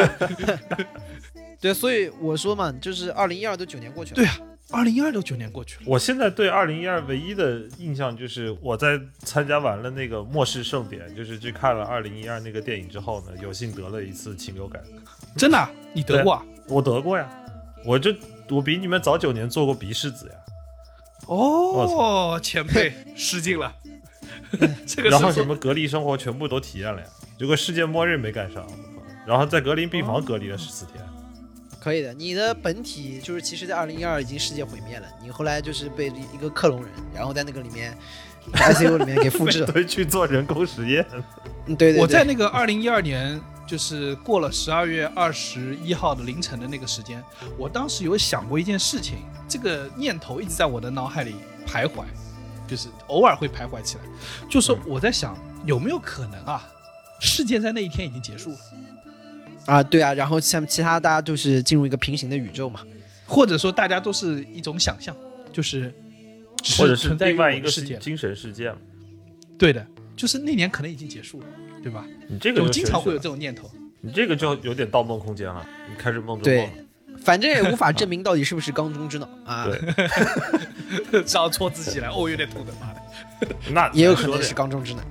[SPEAKER 2] 对，所以我说嘛，就是二零一二都九年过去了。
[SPEAKER 1] 对啊，二零一二都九年过去了，
[SPEAKER 3] 我现在对二零一二唯一的印象就是，我在参加完了那个末世盛典，就是去看了二零一二那个电影之后呢，有幸得了一次禽流感。
[SPEAKER 1] 真的啊、你得过啊？
[SPEAKER 3] 我得过呀，我这我比你们早九年做过鼻拭子呀，
[SPEAKER 1] 哦，前辈失敬 了。这个
[SPEAKER 3] 然后
[SPEAKER 1] 是
[SPEAKER 3] 什
[SPEAKER 1] 说
[SPEAKER 3] 么隔离生活全部都体验了呀，结果世界末日没赶上，我靠然后在隔离病房隔离了十四天。
[SPEAKER 2] 可以的。你的本体就是，其实，在二零一二已经世界毁灭了。你后来就是被一个克隆人，然后在那个里面 ICU 里面给复 制了。
[SPEAKER 3] 对，去做人工实验。
[SPEAKER 2] 嗯，对对对。
[SPEAKER 1] 我在那个二零一二年，就是过了十二月二十一号的凌晨的那个时间，我当时有想过一件事情，这个念头一直在我的脑海里徘徊，就是偶尔会徘徊起来，就是
[SPEAKER 3] 嗯
[SPEAKER 1] 我在想有没有可能啊，世界在那一天已经结束了，
[SPEAKER 2] 啊，对啊，然后像其他大家就是进入一个平行的宇宙嘛。
[SPEAKER 1] 或者说大家都是一种想象，就是只
[SPEAKER 3] 或者是
[SPEAKER 1] 存在于
[SPEAKER 3] 另外
[SPEAKER 1] 我
[SPEAKER 3] 一
[SPEAKER 1] 的
[SPEAKER 3] 个
[SPEAKER 1] 世界了，
[SPEAKER 3] 精神世界嘛。
[SPEAKER 1] 对的，就是那年可能已经结束了，对吧？
[SPEAKER 3] 你这个
[SPEAKER 1] 就
[SPEAKER 3] 就
[SPEAKER 1] 经
[SPEAKER 3] 玄
[SPEAKER 1] 常
[SPEAKER 3] 学
[SPEAKER 1] 会有
[SPEAKER 3] 了
[SPEAKER 1] 这种念头。
[SPEAKER 3] 你这个就有点盗梦空间了，你开始梦中梦
[SPEAKER 2] 对
[SPEAKER 3] 了。，
[SPEAKER 2] 反正也无法证明到底是不是缸中之 脑啊，
[SPEAKER 3] 对，
[SPEAKER 1] 这样戳自己来，哦，有点吐的，妈的。
[SPEAKER 3] 那
[SPEAKER 2] 也有可
[SPEAKER 3] 咱
[SPEAKER 2] 能
[SPEAKER 3] 说
[SPEAKER 2] 是
[SPEAKER 3] 的
[SPEAKER 2] 缸中 之脑，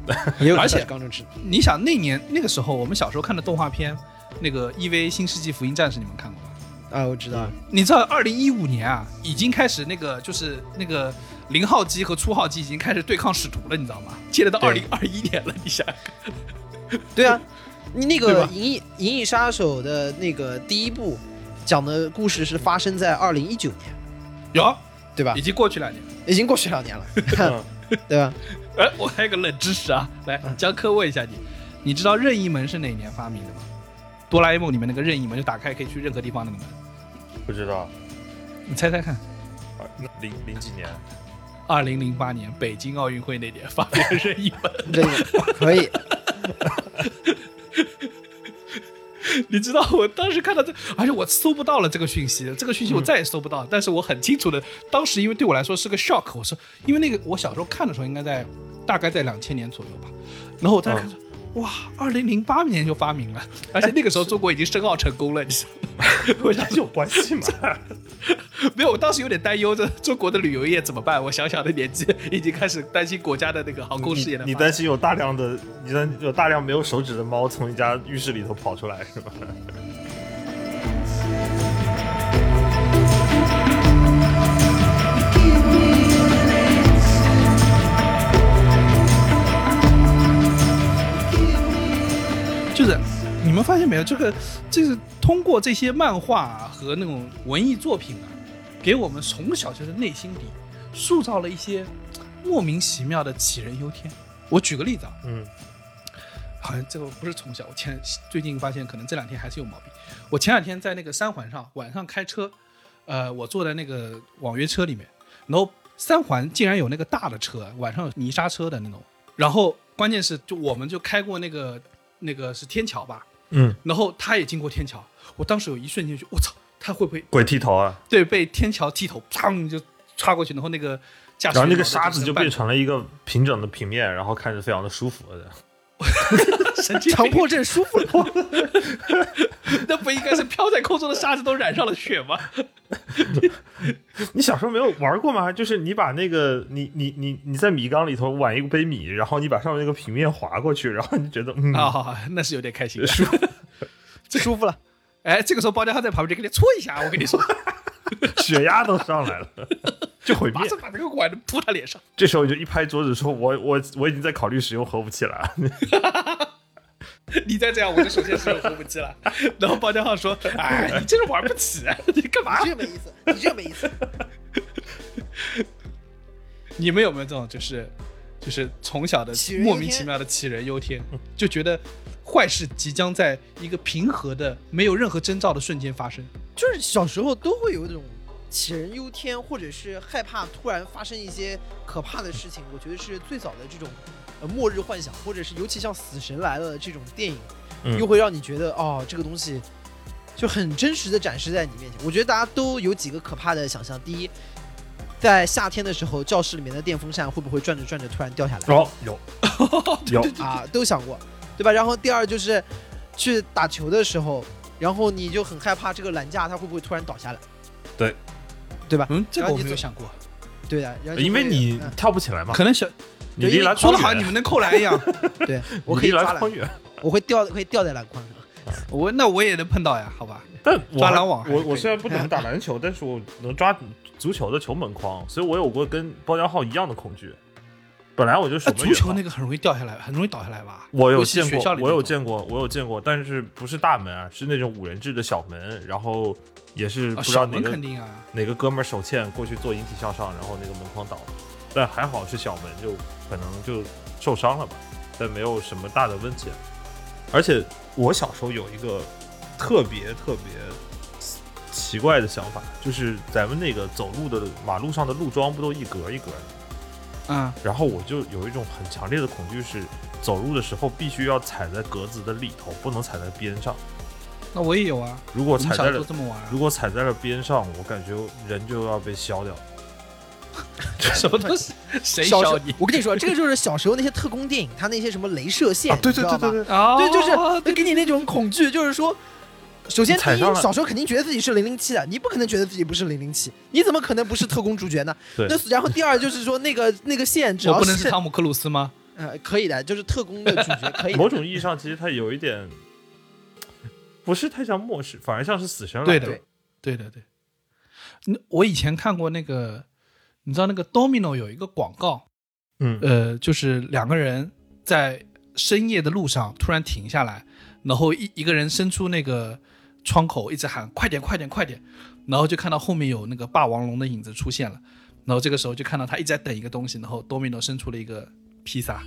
[SPEAKER 2] 也有可能
[SPEAKER 1] 而且
[SPEAKER 2] 是缸中之脑。
[SPEAKER 1] 你想那年那个时候，我们小时候看的动画片，那个《EV 新世纪福音战士》，你们看过吗？
[SPEAKER 2] 啊，我知道。
[SPEAKER 1] 你知道，二零一五年啊，已经开始那个就是那个零号机和初号机已经开始对抗使徒了，你知道吗？接着到二
[SPEAKER 2] 对
[SPEAKER 1] 零二一年了，你想，
[SPEAKER 2] 对啊，你那
[SPEAKER 1] 对
[SPEAKER 2] 个
[SPEAKER 1] 吧
[SPEAKER 2] 《银翼银翼杀手》的那个第一部讲的故事是发生在二零一九年，
[SPEAKER 1] 有
[SPEAKER 2] 对吧
[SPEAKER 1] 已？经过去两年了。
[SPEAKER 2] 已经过去两年了，
[SPEAKER 3] 嗯
[SPEAKER 2] 对 吧？
[SPEAKER 1] 哎，我还有个冷知识啊，来，江科问一下你，你知道任意门是哪年发明的吗？哆啦 A 梦里面那个任意门，就打开可以去任何地方那个门，
[SPEAKER 3] 不知道
[SPEAKER 1] 你猜猜看，
[SPEAKER 3] 零零几年，
[SPEAKER 1] 二零零八年北京奥运会那年发明的任意门。
[SPEAKER 2] 这个可以，
[SPEAKER 1] 你知道我当时看到这，而且我搜不到了这个讯息，这个讯息我再也搜不到。但是我很清楚的，当时因为对我来说是个 shock，我说因为那个我小时候看的时候应该在大概在两千年左右吧，然后我在看，
[SPEAKER 3] 嗯
[SPEAKER 1] 哇，二零零八年就发明了，而且那个时候中国已经申奥成功了，你知道吗？ 我想
[SPEAKER 3] 有关系 嘛？
[SPEAKER 1] 没有，我当时有点担忧，这中国的旅游业怎么办？我小小的年纪已经开始担心国家的那个航空事业
[SPEAKER 3] 你
[SPEAKER 1] 了。
[SPEAKER 3] 你担心有大量的，你担有大量没有手指的猫从一家浴室里头跑出来是吧？
[SPEAKER 1] 就是你们发现没有，这个就是通过这些漫画、啊、和那种文艺作品啊，给我们从小就是内心里塑造了一些莫名其妙的杞人忧天。我举个例子啊，
[SPEAKER 3] 嗯，
[SPEAKER 1] 好像这个不是从小，我前最近发现可能这两天还是有毛病。我前两天在那个三环上晚上开车，呃，我坐在那个网约车里面，然后三环竟然有那个大的车，晚上有泥沙车的那种。然后关键是就我们就开过那个那个是天桥吧，
[SPEAKER 3] 嗯，
[SPEAKER 1] 然后他也经过天桥，我当时有一瞬间就我操，他会不会
[SPEAKER 3] 鬼剃头啊，
[SPEAKER 1] 对被天桥剃头，砰就插过去，然后那个驾驶
[SPEAKER 3] 然后那个
[SPEAKER 1] 员
[SPEAKER 3] 沙子就变
[SPEAKER 1] 半
[SPEAKER 3] 成了一个平整的平面，然后看着非常的舒服的。
[SPEAKER 1] 神经病
[SPEAKER 2] 强迫症舒服了吗？
[SPEAKER 1] 那不应该是飘在空中的沙子都染上了血吗？
[SPEAKER 3] 你小时候没有玩过吗？就是你把那个你你你你在米缸里头碗一杯米，然后你把上面那个平面划过去，然后你觉得嗯，
[SPEAKER 1] 啊、那是有点开心。
[SPEAKER 2] 舒服了，
[SPEAKER 1] 哎，这个时候包家浩在旁边就给你搓一下，我跟你说，
[SPEAKER 3] 血压都上来 了，就毁灭
[SPEAKER 1] 马。上把这个管子扑他脸上。
[SPEAKER 3] 这时候你就一拍桌子说：“我我我已经在考虑使用核武器了啊。
[SPEAKER 1] 你再这样，我就首先是有服不器了。然后包家浩说：“哎，你这是玩不起，你干嘛
[SPEAKER 2] 你啊这没意思，你这没意思。？”
[SPEAKER 1] 你们有没有这种就是就是从小的
[SPEAKER 2] 杞人忧天
[SPEAKER 1] 莫名其妙的杞人忧天，就觉得坏事即将在一个平和的、没有任何征兆的瞬间发生？
[SPEAKER 2] 就是小时候都会有一种杞人忧天，或者是害怕突然发生一些可怕的事情。我觉得是最早的这种呃末日幻想，或者是尤其像《死神来了》这种电影，
[SPEAKER 3] 嗯
[SPEAKER 2] 又会让你觉得哦，这个东西就很真实的展示在你面前。我觉得大家都有几个可怕的想象：第一，在夏天的时候，教室里面的电风扇会不会转着转着突然掉下来？”
[SPEAKER 3] 哦， 有有，
[SPEAKER 2] 啊，都想过，对吧？然后第二就是去打球的时候，然后你就很害怕这个篮架它会不会突然倒下来，
[SPEAKER 1] 嗯，这个
[SPEAKER 2] 然后
[SPEAKER 1] 我
[SPEAKER 2] 你
[SPEAKER 1] 没
[SPEAKER 2] 走
[SPEAKER 1] 有想过，
[SPEAKER 2] 对的。然后就
[SPEAKER 3] 因为
[SPEAKER 2] 会
[SPEAKER 3] 你
[SPEAKER 2] 嗯
[SPEAKER 3] 跳不起来嘛，
[SPEAKER 1] 可能小
[SPEAKER 3] 你离篮
[SPEAKER 1] 说
[SPEAKER 3] 筐
[SPEAKER 1] 的好像你
[SPEAKER 3] 远，
[SPEAKER 1] 们能扣篮一 样，
[SPEAKER 2] 嗯 对我
[SPEAKER 3] 你
[SPEAKER 2] 可以
[SPEAKER 3] 离
[SPEAKER 2] 抓
[SPEAKER 3] 篮
[SPEAKER 2] 篮
[SPEAKER 3] 筐，远。
[SPEAKER 2] 我会掉，可以掉在篮筐上。
[SPEAKER 1] 我那 我也啊能碰到呀，好吧？
[SPEAKER 3] 但我
[SPEAKER 1] 抓
[SPEAKER 3] 还
[SPEAKER 1] 篮网还
[SPEAKER 3] 我
[SPEAKER 1] 可
[SPEAKER 3] 我
[SPEAKER 1] 以
[SPEAKER 3] 虽然不怎么打篮球，但是我能抓足球的球门框，所以我有过跟包浆浩一样的恐惧。本来我就守
[SPEAKER 1] 那
[SPEAKER 3] 门
[SPEAKER 1] 啊呃足
[SPEAKER 3] 员
[SPEAKER 1] 球
[SPEAKER 3] 嘛
[SPEAKER 1] 那个很容易掉下来，很容易倒下来吧？
[SPEAKER 3] 我有
[SPEAKER 1] 尤其
[SPEAKER 3] 见
[SPEAKER 1] 学校
[SPEAKER 3] 过，
[SPEAKER 1] 里
[SPEAKER 3] 我有
[SPEAKER 1] 那种
[SPEAKER 3] 见过，我有见过，但是不是大门啊，是那种五人制的小门，然后也是
[SPEAKER 1] 啊，
[SPEAKER 3] 不知道
[SPEAKER 1] 守
[SPEAKER 3] 哪
[SPEAKER 1] 门
[SPEAKER 3] 个、
[SPEAKER 1] 肯定啊，
[SPEAKER 3] 哪个哥们儿手欠过去做引体向上，然后那个门框倒了，但还好是小门，就可能就受伤了吧，但没有什么大的问题。而且我小时候有一个特别特别奇怪的想法，就是咱们那个走路的马路上的路桩不都一格一格的吗
[SPEAKER 1] 嗯，
[SPEAKER 3] 然后我就有一种很强烈的恐惧是，走路的时候必须要踩在格子的里头，不能踩在边上。
[SPEAKER 1] 那我也有啊，
[SPEAKER 3] 如果
[SPEAKER 1] 我们
[SPEAKER 3] 踩
[SPEAKER 1] 小
[SPEAKER 3] 在
[SPEAKER 1] 时候
[SPEAKER 3] 了，
[SPEAKER 1] 这么玩啊
[SPEAKER 3] 如，果踩在了边上，我感觉人就要被削掉。
[SPEAKER 1] 什么东西？谁
[SPEAKER 2] 小
[SPEAKER 1] 教
[SPEAKER 2] 时
[SPEAKER 1] 你？
[SPEAKER 2] 我跟你说，这个就是小时候那些特工电影，它那些什么镭射线，你知道吗，
[SPEAKER 3] 对，
[SPEAKER 1] 啊
[SPEAKER 2] 哦对，就是会给你那种恐惧，就是说。首先，
[SPEAKER 3] 你
[SPEAKER 2] 第
[SPEAKER 3] 踩
[SPEAKER 2] 一，
[SPEAKER 3] 上了
[SPEAKER 2] 小时候肯定觉得自己是零零七的，你不可能觉得自己不是零零七，你怎么可能不是特工主角呢？
[SPEAKER 3] 对
[SPEAKER 2] 那然后第二就是说，那个那个线只要
[SPEAKER 1] 我不能
[SPEAKER 2] 是
[SPEAKER 1] 是汤姆克鲁斯吗？
[SPEAKER 2] 呃，可以的，就是特工的主角，可以的。
[SPEAKER 3] 某种意义上，其实它有一点不是太像末世，反而像是死神来
[SPEAKER 1] 对
[SPEAKER 3] 了。
[SPEAKER 1] 的，对的， 对。那我以前看过那个，你知道那个 Domino 有一个广告，
[SPEAKER 3] 嗯，
[SPEAKER 1] 呃，就是两个人在深夜的路上突然停下来，然后一一个人伸出那个窗口一直喊快点快点快点，然后就看到后面有那个霸王龙的影子出现了，然后这个时候就看到他一直在等一个东西，然后 Domino 伸出了一个披萨。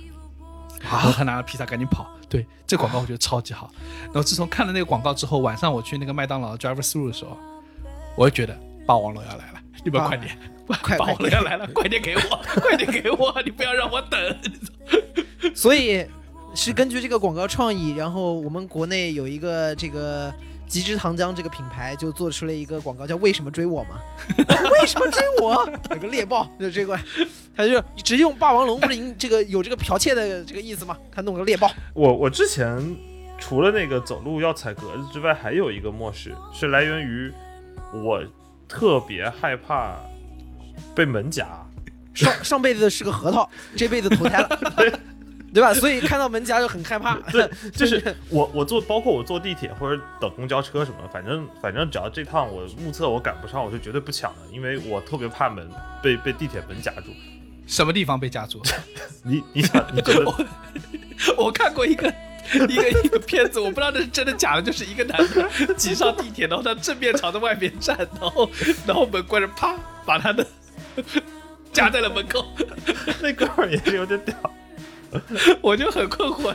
[SPEAKER 1] 然后他拿了披萨赶紧跑，对这广告我觉得超级好。然后自从看了那个广告之后，晚上我去那个麦当劳 drive through 的时候，我就觉得霸王龙要来了，你们
[SPEAKER 2] 啊
[SPEAKER 1] 快点，
[SPEAKER 2] 快快
[SPEAKER 1] 霸王龙要来了，快点给我，快点给我，你不要让我等。
[SPEAKER 2] 所以是根据这个广告创意，然后我们国内有一个这个极致糖浆这个品牌就做出了一个广告，叫“为什么追我”嘛？为什么追我？有个猎豹，就这块，他就直接用霸王龙，不是赢这个有这个剽窃的这个意思吗？他弄个猎豹，
[SPEAKER 3] 我我之前除了那个走路要踩格子之外，还有一个漠视是来源于我特别害怕被门夹，
[SPEAKER 2] 上上辈子是个核桃，这辈子投胎了，对吧？所以看到门夹就很害怕。
[SPEAKER 3] 对，就是我我坐包括我坐地铁或者等公交车什么，反正反正只要这趟我目测我赶不上，我是绝对不抢的，因为我特别怕门被被地铁门夹住。
[SPEAKER 1] 什么地方被夹住？
[SPEAKER 3] 你你想 你这个
[SPEAKER 1] 我看过一个一个一个片子，我不知道那是真的假的，就是一个男的挤上地铁，然后他正面朝着外面站，然后然后门关着，啪把他的夹在了门口，
[SPEAKER 3] 那哥们儿也是有点屌，
[SPEAKER 1] 我就很困惑，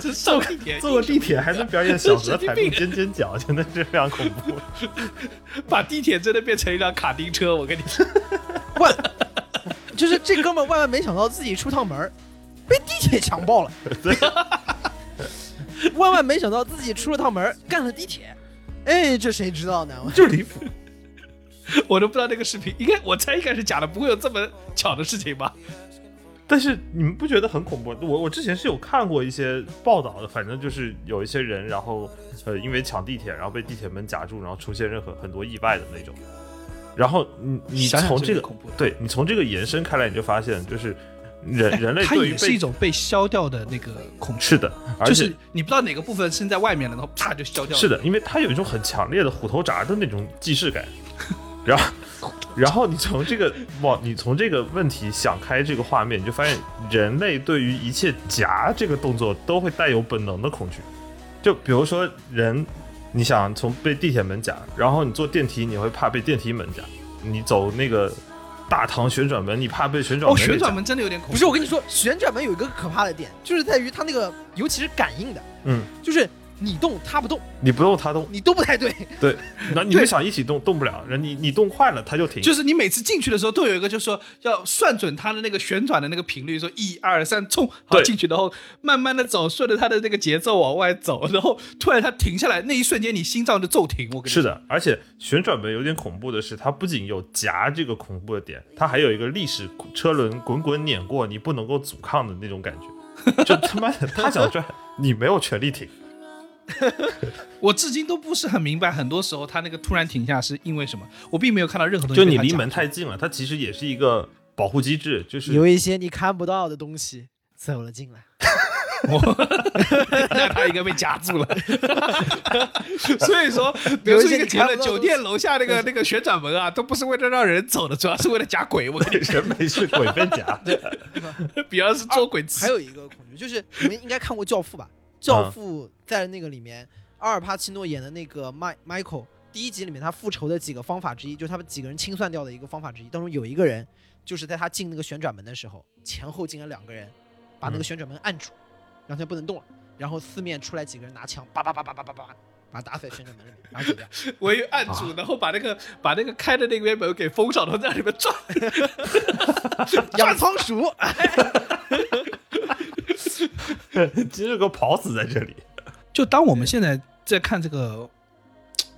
[SPEAKER 1] 这上地铁
[SPEAKER 3] 坐过地铁还能表演小
[SPEAKER 1] 哎神
[SPEAKER 3] 何
[SPEAKER 1] 经
[SPEAKER 3] 踩
[SPEAKER 1] 病
[SPEAKER 3] 住尖尖角，真的是非常恐怖。
[SPEAKER 1] 把地铁真的变成一辆卡丁车，我跟你说。
[SPEAKER 2] 就是这哥们儿万万没想到自己出趟门儿，被地铁强 暴了。万万没想到自己出了趟门儿，干了地铁。哎，这谁知道呢？
[SPEAKER 3] 就离谱。
[SPEAKER 1] 我都不知道那个视频，应该我猜应该是假的，不会有这么巧的事情吧？
[SPEAKER 3] 但是你们不觉得很恐怖？我我之前是有看过一些报道的，反正就是有一些人，然后呃，因为抢地铁，然后被地铁门夹住，然后出现任何很多意外的那种。然后你你
[SPEAKER 1] 想想
[SPEAKER 3] 从
[SPEAKER 1] 真
[SPEAKER 3] 这
[SPEAKER 1] 的
[SPEAKER 3] 个
[SPEAKER 1] 恐怖
[SPEAKER 3] 对你从这个延伸开来，你就发现就是人人类
[SPEAKER 1] 哎它
[SPEAKER 3] 对于
[SPEAKER 1] 也是
[SPEAKER 3] 被
[SPEAKER 1] 一种被消掉的那个恐惧，
[SPEAKER 3] 是的，而
[SPEAKER 1] 就
[SPEAKER 3] 且
[SPEAKER 1] 是你不知道哪个部分身在外面了，然后啪就消掉了。
[SPEAKER 3] 是的，因为它有一种很强烈的虎头铡的那种既视感。然后，然后你从这个往你从这个问题想开这个画面，你就发现人类对于一切夹这个动作都会带有本能的恐惧。就比如说人，你想从被地铁门夹，然后你坐电梯你会怕被电梯门夹，你走那个大堂旋转门你怕被旋转
[SPEAKER 1] 哦，
[SPEAKER 3] 门给夹、
[SPEAKER 1] 旋转门真的有点恐怖。
[SPEAKER 2] 不是，我跟你说，旋转门有一个可怕的点，就是在于它那个，尤其是感应的，
[SPEAKER 3] 嗯，
[SPEAKER 2] 就是你动它不动，
[SPEAKER 3] 你不动它动，
[SPEAKER 2] 你都不太对。
[SPEAKER 3] 对，然后你们想一起动动不了，人你你动快了它就停，
[SPEAKER 1] 就是你每次进去的时候，都有一个，就是说要算准它的那个旋转的那个频率，说一二三，冲，好
[SPEAKER 3] 对
[SPEAKER 1] 进去，然后慢慢的走，顺着它的那个节奏往外走，然后突然它停下来，那一瞬间你心脏就骤停。我跟你
[SPEAKER 3] 是
[SPEAKER 1] 说，
[SPEAKER 3] 的，而且旋转门有点恐怖的是，它不仅有夹这个恐怖的点，它还有一个历史呃车轮滚滚碾过你不能够阻抗的那种感 觉。就他妈的，他想转，你没有权利停。
[SPEAKER 1] 我至今都不是很明白，很多时候它那个突然停下是因为什么？我并没有看到任何东西。
[SPEAKER 3] 就你离门，太近了，它其实也是一个保护机制，就是
[SPEAKER 2] 有一些你看不到的东西走了进来。
[SPEAKER 1] 那它应该被夹 住了。所以说，比
[SPEAKER 2] 有一
[SPEAKER 1] 如说
[SPEAKER 2] 些
[SPEAKER 1] 一个
[SPEAKER 2] 你
[SPEAKER 1] 结
[SPEAKER 2] 看不
[SPEAKER 1] 论，
[SPEAKER 2] 到
[SPEAKER 1] 酒
[SPEAKER 2] 的
[SPEAKER 1] 店楼下那个那个旋转门啊，都不是为了让人走的，主要是为了夹鬼。我跟你
[SPEAKER 3] 人没事鬼被夹。
[SPEAKER 1] 说，比方是捉鬼
[SPEAKER 2] 还
[SPEAKER 1] 吃。
[SPEAKER 2] 有一个恐惧，就是你们应该看过《教父》吧？《教父》在那个里面，阿尔帕奇诺演的那个迈 Michael，第一集里面他复仇的几个方法之一，就是他们几个人清算掉的一个方法之一。当中有一个人，就是在他进那个旋转门的时候，前后进了两个人，把那个
[SPEAKER 3] 嗯
[SPEAKER 2] 旋转门按住，让他不能动了。然后四面出来几个人拿枪，叭叭叭叭叭叭叭，把他打死在旋转门里面，然后走掉。
[SPEAKER 1] 我一按住，
[SPEAKER 2] 啊
[SPEAKER 1] 然后把那个把那个开的那边门给封上，然后在里面转。
[SPEAKER 2] 养仓鼠，
[SPEAKER 3] 今日个跑死在这里，
[SPEAKER 1] 就当我们现在在看这个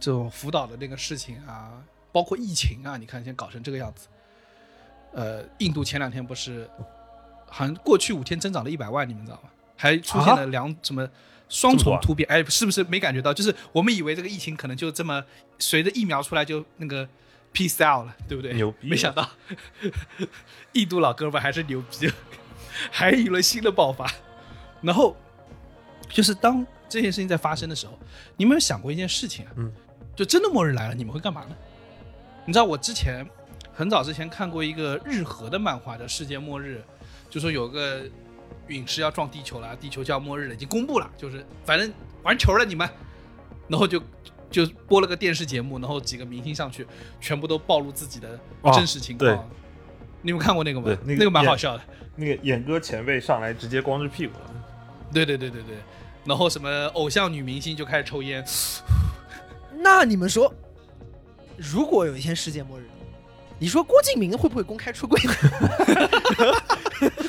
[SPEAKER 1] 这种辅导的那个事情啊，包括疫情啊，你看现在搞成这个样子，呃，印度前两天不是好像过去五天增长了一百万，你们知道吗？还出现
[SPEAKER 3] 啊
[SPEAKER 1] 了两、什么双
[SPEAKER 3] 这么
[SPEAKER 1] 重
[SPEAKER 3] 多啊
[SPEAKER 1] 突变，哎，是不是没感觉到？就是我们以为这个疫情可能就这么随着疫苗出来就那个 peace out 了，对不对？
[SPEAKER 3] 牛逼
[SPEAKER 1] 没想到印度老哥们还是牛逼， 还有一轮新的爆发。然后就是当这件事情在发生的时候，你有没有想过一件事情啊？
[SPEAKER 3] 嗯，
[SPEAKER 1] 就真的末日来了，你们会干嘛呢？你知道我之前很早之前看过一个日和的漫画叫《世界末日》，就说有个陨石要撞地球了，地球就要末日了，已经公布了，就是反正玩球了你们，然后就就播了个电视节目，然后几个明星上去，全部都暴露自己的
[SPEAKER 3] 哦
[SPEAKER 1] 真实情况。
[SPEAKER 3] 对
[SPEAKER 1] 你们看过那个吗
[SPEAKER 3] 对？那个
[SPEAKER 1] 那个蛮
[SPEAKER 3] 也
[SPEAKER 1] 好笑的。
[SPEAKER 3] 那个演歌前辈上来直接光着屁股了。
[SPEAKER 1] 对对对对对，然后什么偶像女明星就开始抽烟，
[SPEAKER 2] 那你们说，如果有一天世界末日， 你说郭敬明会不会公开出柜呢？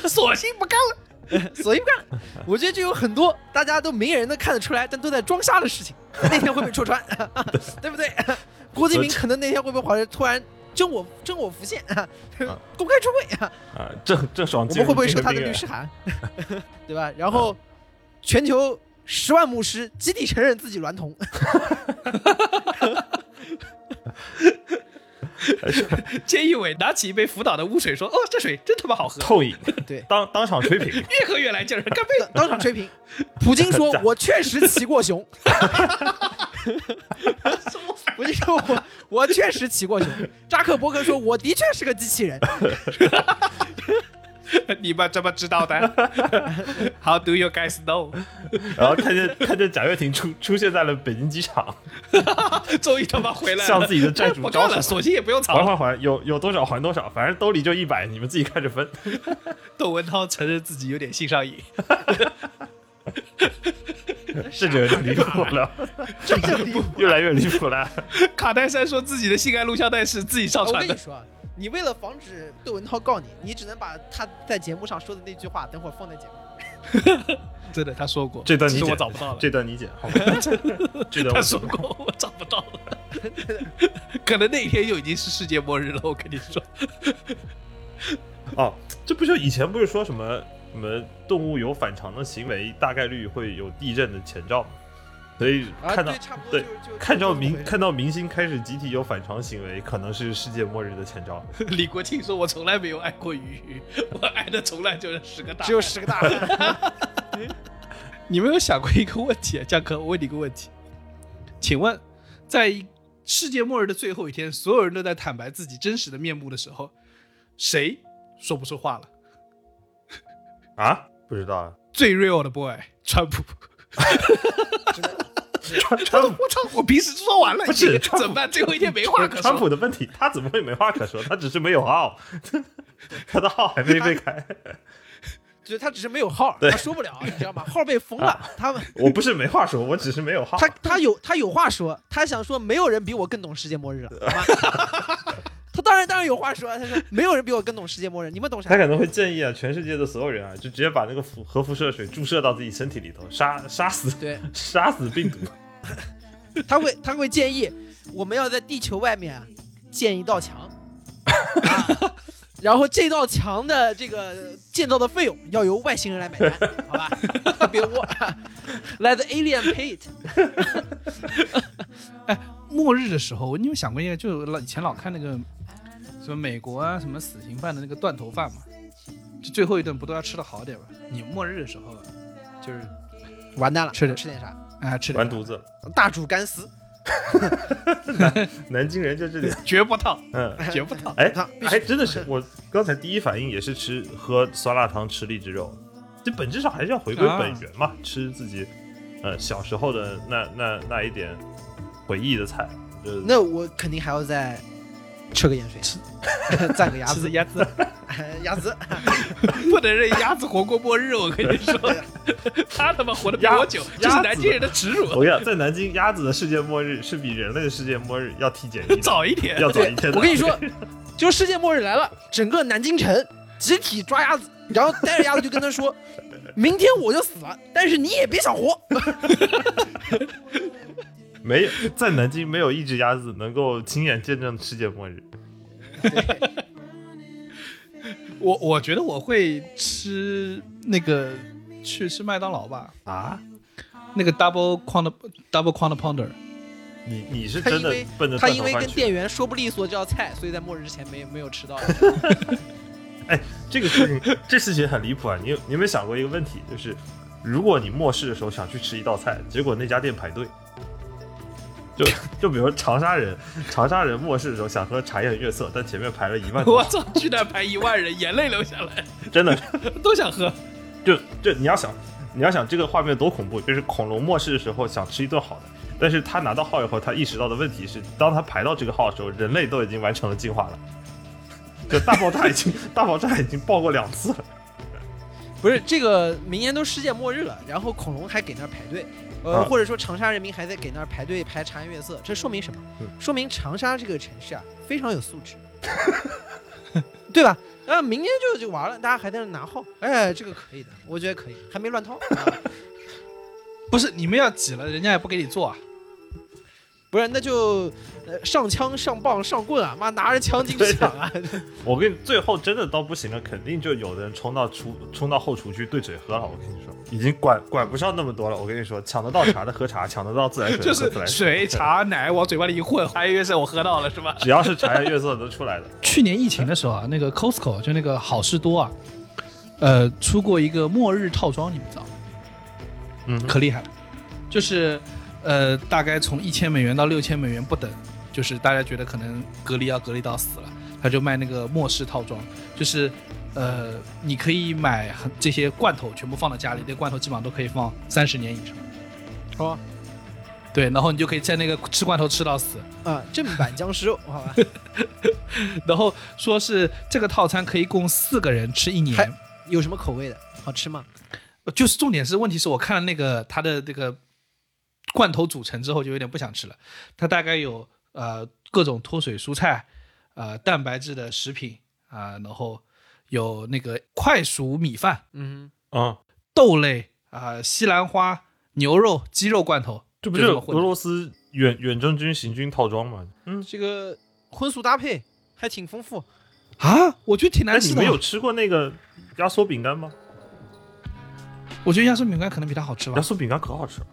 [SPEAKER 1] 索性不干了。
[SPEAKER 2] 所以不干。我觉得这有很多大家都明眼人能看得出来，但都在装瞎的事情，那天会被戳穿， 对不对？郭敬明可能那天会不会跑来突然真我真我浮现，公开出柜，
[SPEAKER 3] 啊，郑郑爽
[SPEAKER 2] 我
[SPEAKER 3] 进
[SPEAKER 2] 们
[SPEAKER 3] 入
[SPEAKER 2] 会不会
[SPEAKER 3] 精
[SPEAKER 2] 收
[SPEAKER 3] 神
[SPEAKER 2] 他的
[SPEAKER 3] 病
[SPEAKER 2] 律
[SPEAKER 3] 院
[SPEAKER 2] 师函？对吧？然后全球十万牧师集体承认自己娈童，
[SPEAKER 1] 菅义伟拿起一杯福岛的污水，说：“哦，这水真他妈好喝，
[SPEAKER 3] 透饮，
[SPEAKER 2] 对
[SPEAKER 3] 当当场 吹瓶，
[SPEAKER 1] 越喝越来劲儿，干杯
[SPEAKER 2] 当当场吹 平。普京说：“我确实骑过熊。”普京说我：“我确实骑过熊。”扎克伯格说：“我的确是个机器人。
[SPEAKER 1] 你们怎么知道的 ？How do you guys know？
[SPEAKER 3] 然后看见看见贾跃亭出出现在了北京机场，
[SPEAKER 1] 终于他妈回来了，
[SPEAKER 3] 向自己的债主
[SPEAKER 1] 不
[SPEAKER 3] 招
[SPEAKER 1] 干
[SPEAKER 3] 手
[SPEAKER 1] 了，索性也不用
[SPEAKER 3] 还
[SPEAKER 1] 吵。
[SPEAKER 3] 还还，有有多少还多少，反正兜里就一百，你们自己看着分。
[SPEAKER 1] 窦文涛承认自己有点性上瘾，
[SPEAKER 3] 这就有点离谱了，
[SPEAKER 2] 这就离谱
[SPEAKER 3] 越来越离谱了。
[SPEAKER 1] 卡戴珊说自己的性爱录像带是自己上
[SPEAKER 2] 我
[SPEAKER 1] 传
[SPEAKER 2] 跟你
[SPEAKER 1] 的，
[SPEAKER 2] 说啊，你为了防止窦文涛告你，你只能把他在节目上说的那句话，等会儿放在节目。
[SPEAKER 1] 真的，他说过，
[SPEAKER 3] 这段
[SPEAKER 1] 只
[SPEAKER 3] 你
[SPEAKER 1] 是
[SPEAKER 3] 剪，
[SPEAKER 1] 我找不到了，
[SPEAKER 3] 这段你剪，好吧？这段
[SPEAKER 1] 他
[SPEAKER 3] 我
[SPEAKER 1] 说
[SPEAKER 3] 剪。
[SPEAKER 1] 过我找不到了， 可能那一天就已经是世界末日了。我跟你说，
[SPEAKER 3] 哦，这不就以前不是说什么什么动物有反常的行为，大概率会有地震的前兆吗？所以
[SPEAKER 2] 啊，
[SPEAKER 3] 看到、
[SPEAKER 2] 对，差不多
[SPEAKER 3] 对
[SPEAKER 2] 就就就
[SPEAKER 3] 看
[SPEAKER 2] 就
[SPEAKER 3] 到
[SPEAKER 2] 这么回
[SPEAKER 3] 明
[SPEAKER 2] 事
[SPEAKER 3] 看到明星开始集体有反常行为，可能是世界末日的 前兆。
[SPEAKER 1] 李国庆说：“我从来没有爱过鱼 鱼，我爱的从来就是十个大。”
[SPEAKER 2] 只有十个大汉。
[SPEAKER 1] 你们有想过一个问题啊，江科，我问你一个问题，请问，在世界末日的最后一天，所有人都在坦白自己真实的面目的时候，谁说不出话了？
[SPEAKER 3] 啊，不知道啊。
[SPEAKER 1] 最 real 的 boy，川普。
[SPEAKER 3] 川川普
[SPEAKER 1] 我操！我平时说完了，
[SPEAKER 3] 不是
[SPEAKER 1] 已经 怎么办？最后一天没话可说。
[SPEAKER 3] 川普的问题，他怎么会没话可说？ 他只是没有号，他的号还没被开。
[SPEAKER 2] 就是他只是没有号，
[SPEAKER 3] 对啊
[SPEAKER 2] 他说不了，啊你知道吗？号被封了，他们
[SPEAKER 3] 我不是没话说，我只是没有号。
[SPEAKER 2] 他他有他有话说，他想说没有人比我更懂世界末日了，好吗 他当然当然有话说，他说没有人比我更懂世界末日，你们懂啥
[SPEAKER 3] 他？可能会建议啊，全世界的所有人啊，就直接把那个辐核辐射水注射到自己身体里头，杀杀死
[SPEAKER 2] 对，
[SPEAKER 3] 杀死病毒。
[SPEAKER 2] 他会他会建议我们要在地球外面啊建一道墙，啊然后这道墙的这个建造的费用要由外星人来买单，好吧？别我，Let the alien pay it。
[SPEAKER 1] 末日的时候，你有想过一个，就老以前老看那个什么美国啊，什么死刑犯的那个断头饭嘛，就最后一顿不都要吃的好点嘛？你末日的时候，就是
[SPEAKER 2] 完蛋了，
[SPEAKER 1] 吃点
[SPEAKER 2] 吃点啥？
[SPEAKER 1] 啊、吃
[SPEAKER 3] 完
[SPEAKER 1] 点
[SPEAKER 3] 犊子，
[SPEAKER 2] 大煮干丝，
[SPEAKER 3] 南京人就 这点。
[SPEAKER 1] 绝不烫，
[SPEAKER 3] 嗯，
[SPEAKER 1] 绝不烫。
[SPEAKER 3] 哎
[SPEAKER 2] 他
[SPEAKER 3] 哎，真的是，我刚才第一反应也是吃喝酸辣汤，吃荔枝肉，这本质上还是要回归
[SPEAKER 1] 啊
[SPEAKER 3] 本源嘛，吃自己呃小时候的那那那一点回忆的菜。呃就是
[SPEAKER 2] 那我肯定还要再吃个盐水，蘸个鸭
[SPEAKER 1] 吃
[SPEAKER 2] 子，
[SPEAKER 1] 鸭子，
[SPEAKER 2] 鸭子。
[SPEAKER 1] 不能让鸭子活过末日，我跟你说， 他他妈活得比我久，这是南京人的耻辱。
[SPEAKER 3] 我跟你讲，在南京，鸭子的世界末日是比人类的世界末日要体检一
[SPEAKER 1] 早一天，
[SPEAKER 3] 要早一天的。
[SPEAKER 2] 我跟你说，就世界末日来了，整个南京城集体抓鸭子，然后带着鸭子就跟他说：“明天我就死了，但是你也别想活。
[SPEAKER 3] 没有在南京没有一只鸭子能够亲眼见证世界末日。
[SPEAKER 1] 我我觉得我会吃那个去吃麦当劳吧，
[SPEAKER 3] 啊，
[SPEAKER 1] 那个 double quant double quant pounder，
[SPEAKER 3] 你你是
[SPEAKER 2] 他
[SPEAKER 3] 真
[SPEAKER 2] 因
[SPEAKER 3] 的
[SPEAKER 2] 为
[SPEAKER 3] 奔着”
[SPEAKER 2] 他
[SPEAKER 3] 断
[SPEAKER 2] 因
[SPEAKER 3] 头
[SPEAKER 2] 为
[SPEAKER 3] 饭
[SPEAKER 2] 跟
[SPEAKER 3] 去的？
[SPEAKER 2] 店员说不利索这道菜，所以在末日之前没没有吃到。
[SPEAKER 3] 这个事情， 这事情很离谱啊！你有你有没有想过一个问题，就是如果你末世的时候想去吃一道菜，结果那家店排队， 就就比如长沙人，长沙人末世的时候想喝茶颜悦色，但前面排了一 万
[SPEAKER 1] 我
[SPEAKER 3] 多，
[SPEAKER 1] 操，去那排一万人， 眼泪流下来，
[SPEAKER 3] 真的
[SPEAKER 1] 都想喝。
[SPEAKER 3] 就就你要想，你要想这个画面多恐怖，就是恐龙末世的时候想吃一顿好的，但是他拿到号以后，他意识到的问题是，当他排到这个号的时候，人类都已经完成了进化了。就大爆炸已经 大爆炸已经爆过两次了，
[SPEAKER 2] 不是这个，明年都世界末日了，然后恐龙还给那儿排队，呃，
[SPEAKER 3] 啊
[SPEAKER 2] 或者说长沙人民还在给那儿排队排茶颜悦色，这说明什么
[SPEAKER 3] 嗯？
[SPEAKER 2] 说明长沙这个城市啊非常有素质，对吧？啊，明天就就完了，大家还在那拿号，哎，这个可以的，我觉得可以，还没乱套。啊
[SPEAKER 1] 不是你们要挤了，人家也不给你做啊。
[SPEAKER 2] 不是，那就呃上枪上棒上棍啊，妈拿着枪进去抢啊！
[SPEAKER 3] 我跟你最后真的到不行了，肯定就有的人冲到厨冲到后厨去对嘴喝了。我跟你说，已经管管不上那么多了。我跟你说，抢得到茶的喝茶，抢得到自来水的
[SPEAKER 1] 就
[SPEAKER 3] 喝
[SPEAKER 1] 是
[SPEAKER 3] 自来水，
[SPEAKER 1] 水、茶、奶往嘴巴里一混，还以为是我喝到了是吧？
[SPEAKER 3] 只要是茶颜悦色能出 来的。
[SPEAKER 1] 去年疫情的时候啊，那个 Costco 就那个好事多啊，呃，出过一个末日套装，你们知道吗？
[SPEAKER 3] 嗯，
[SPEAKER 1] 可厉害了，就是呃，大概从一千美元到六千美元不等，就是大家觉得可能隔离要隔离到死了，他就卖那个末世套装，就是呃，你可以买很这些罐头，全部放到家里，那罐头基本上都可以放三十年以上。
[SPEAKER 3] 啊
[SPEAKER 2] 哦，
[SPEAKER 1] 对，然后你就可以在那个吃罐头吃到死，
[SPEAKER 2] 啊，正版僵尸肉，好吧？
[SPEAKER 1] 然后说是这个套餐可以供四个人吃一年，
[SPEAKER 2] 还有什么口味的？好吃吗？
[SPEAKER 1] 呃就是重点是，问题是我看了那个它的这个罐头组成之后，就有点不想吃了。它大概有呃各种脱水蔬菜，呃蛋白质的食品啊、然后有那个快熟米饭、
[SPEAKER 2] 嗯，
[SPEAKER 3] 嗯，
[SPEAKER 1] 豆类啊、西兰花、牛肉、鸡肉罐头，
[SPEAKER 3] 这不
[SPEAKER 1] 就
[SPEAKER 3] 就是
[SPEAKER 1] 这么混
[SPEAKER 3] 俄罗斯远远征军行军套装吗？嗯，
[SPEAKER 2] 这个荤素搭配还挺丰富。
[SPEAKER 1] 啊？我觉得挺
[SPEAKER 3] 哎，
[SPEAKER 1] 难
[SPEAKER 3] 你
[SPEAKER 1] 吃的
[SPEAKER 3] 们。有吃过那个压缩饼干吗？
[SPEAKER 1] 我觉得压缩饼干可能比它好吃
[SPEAKER 3] 压
[SPEAKER 1] 吧。
[SPEAKER 3] 缩饼干可好吃了，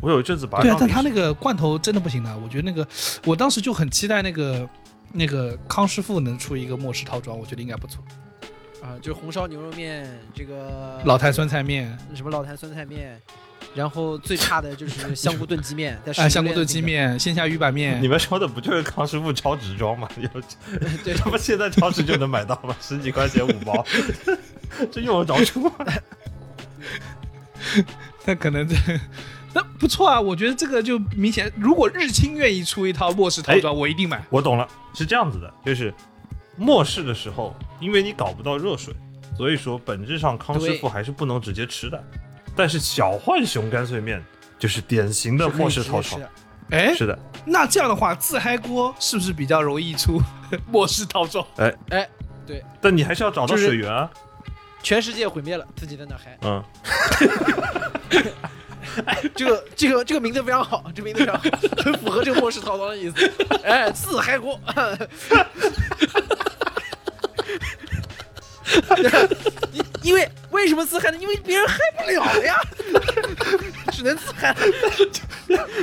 [SPEAKER 3] 我有一阵子把它
[SPEAKER 1] 对啊，
[SPEAKER 3] 当
[SPEAKER 1] 但
[SPEAKER 3] 零
[SPEAKER 1] 它那
[SPEAKER 3] 食
[SPEAKER 1] 个罐头真的不行的。我觉得那个，我当时就很期待那个那个康师傅能出一个末世套装，我觉得应该不错。
[SPEAKER 2] 啊，就是红烧牛肉面，这个
[SPEAKER 1] 老坛酸菜面。
[SPEAKER 2] 什么老坛酸菜面，然后最差的 就是香菇炖鸡面，在
[SPEAKER 1] 哎，
[SPEAKER 2] 食
[SPEAKER 1] 香
[SPEAKER 2] 物
[SPEAKER 1] 菇
[SPEAKER 2] 链那
[SPEAKER 1] 炖鸡
[SPEAKER 2] 个，
[SPEAKER 1] 面、线下鱼 板
[SPEAKER 3] 你
[SPEAKER 1] 面，
[SPEAKER 3] 们说的不就是康师傅超值装吗？有
[SPEAKER 2] 对，
[SPEAKER 3] 他妈现在超市就能买到吗？十几块钱五 包，这用得着出吗？
[SPEAKER 1] 那可能这那不错啊。我觉得这个就明显，如果日清愿意出一套末世
[SPEAKER 3] 哎
[SPEAKER 1] 套装，我一定买。
[SPEAKER 3] 我懂了，是这样子的，就是末世的时候，因为你搞不到热水，所以说本质上康师
[SPEAKER 2] 对
[SPEAKER 3] 傅还是不能直接吃的。但是小浣熊干脆面就是典型的末世套装，
[SPEAKER 1] 哎，
[SPEAKER 3] 是的，
[SPEAKER 1] 那这样的话，自嗨锅是不是比较容易出 末世套装？
[SPEAKER 3] 但你还是要找到
[SPEAKER 2] 就是
[SPEAKER 3] 水源啊，
[SPEAKER 2] 哎全世界毁灭了，自己在那嗨。
[SPEAKER 3] 嗯，
[SPEAKER 2] 这个这个这个名字非常好，这名字非常好，很符合这个末世套装的意思。哎，自嗨 锅，因因为为什么自嗨呢？因为别人嗨不了了呀， 只能自嗨。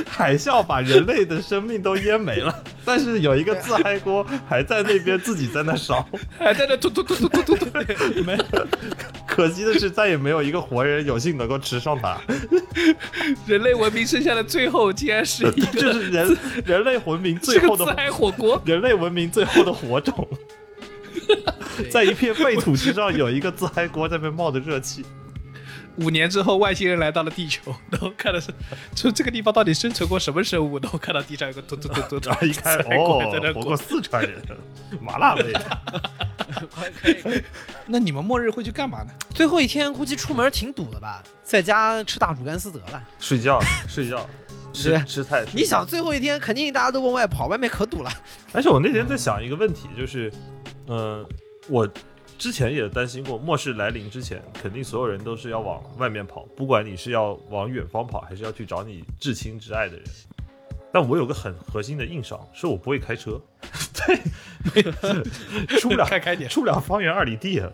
[SPEAKER 3] 海啸把人类的生命都淹没了， 啊但是有一个自嗨锅还在那边自己在那 烧。
[SPEAKER 1] 哎，在那突突突突突突突，
[SPEAKER 3] 没有，可惜的是，再也没有一个活人有幸能够吃上 它。
[SPEAKER 1] 人类文明剩下的最后，竟然是一
[SPEAKER 3] 这
[SPEAKER 1] 个
[SPEAKER 3] 是人人类文明
[SPEAKER 1] 是
[SPEAKER 3] 最
[SPEAKER 1] 个
[SPEAKER 3] 后
[SPEAKER 1] 自
[SPEAKER 3] 的
[SPEAKER 1] 嗨火锅。
[SPEAKER 3] 人类文明最后的火种，在一片废土之上有一个自嗨锅在那边冒着热气。
[SPEAKER 1] 五年之后，外星人来到了地球， 然后看的是，就这个地方到底生存过什么生物？然后看到地上有个突突突 突突
[SPEAKER 3] 然，后一看，
[SPEAKER 1] 自嗨锅
[SPEAKER 3] 哦
[SPEAKER 1] 还在那，
[SPEAKER 3] 活
[SPEAKER 1] 滚
[SPEAKER 3] 过四川人，麻辣 味。
[SPEAKER 1] 那你们末日会去干嘛呢？
[SPEAKER 2] 最后一天估计出门挺堵的吧，在家吃大煮干丝得了。
[SPEAKER 3] 睡觉，睡觉，吃
[SPEAKER 2] 对
[SPEAKER 3] 吃菜。
[SPEAKER 2] 你想最后一天肯定大家都往外跑，外面可堵了。
[SPEAKER 3] 而且我那天在想一个问题，就是，嗯、我之前也担心过，末世来临之前，肯定所有人都是要往外面跑，不管你是要往远方跑，还是要去找你至亲至爱的人。但我有个很核心的硬伤，是我不会开车， 对，出不 了
[SPEAKER 1] 开开点。
[SPEAKER 3] 出不了方圆二里地啊。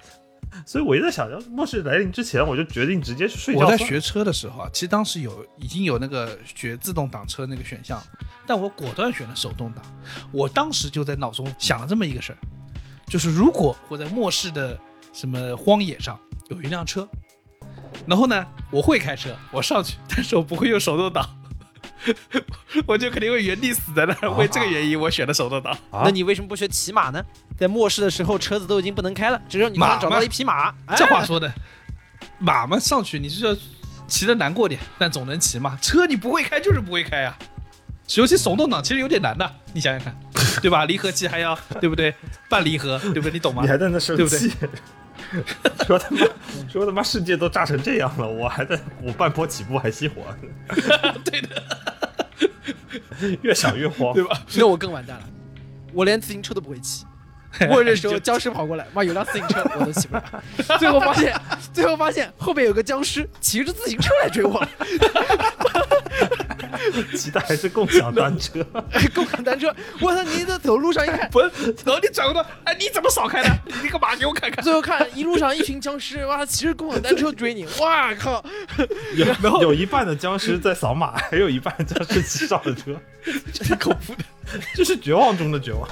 [SPEAKER 3] 所以我一直在想，要是末世来临之前，我就决定直接去睡觉
[SPEAKER 1] 我
[SPEAKER 3] 算了。
[SPEAKER 1] 在学车的时候啊，其实当时有已经有那个学自动挡车那个选项，但我果断选了手动挡。我当时就在脑中想了这么一个事儿，就是如果我在末世的什么荒野上有一辆车，然后呢，我会开车，我上去，但是我不会用手动挡。 我就肯定会原地死在那儿，为这个原因我选了手动挡。
[SPEAKER 3] 啊
[SPEAKER 2] 那你为什么不学骑马呢？在末世的时候，车子都已经不能开了，只有你
[SPEAKER 1] 马
[SPEAKER 2] 能找到
[SPEAKER 1] 嘛
[SPEAKER 2] 一匹马。哎
[SPEAKER 1] 这话说的，马嘛上去你就要骑的难过点，但总能骑嘛。车你不会开就是不会开啊，尤其手动挡其实有点难的，你想想看，对吧？离合器还要对不对？半离合，对不对？你懂吗
[SPEAKER 3] 你？还在那生
[SPEAKER 1] 对不
[SPEAKER 3] 气， 说他妈说他妈世界都炸成这样了，我还在我半坡起步还熄火，
[SPEAKER 1] 对的，
[SPEAKER 3] 越想越慌
[SPEAKER 1] 对。吧？
[SPEAKER 2] 那我更完蛋了，我连自行车都不会骑，末日的时候僵尸跑过来，妈有辆自行车我都骑不了，最后发现最后发现后面有个僵尸骑着自行车来追我了，
[SPEAKER 3] 骑的还是共享单车，
[SPEAKER 2] 共享单车，我操你这走路上一看，
[SPEAKER 1] 不是，然后你转过头，哎，你怎么少开的？ 你干嘛给我看看？
[SPEAKER 2] 最后看一路上一群僵尸，哇骑着共享单车追你，哇靠！
[SPEAKER 3] 有有一半的僵尸在扫码，还有一半僵尸骑上了 车，
[SPEAKER 1] 挺恐怖的。
[SPEAKER 3] 这是绝望中的绝望。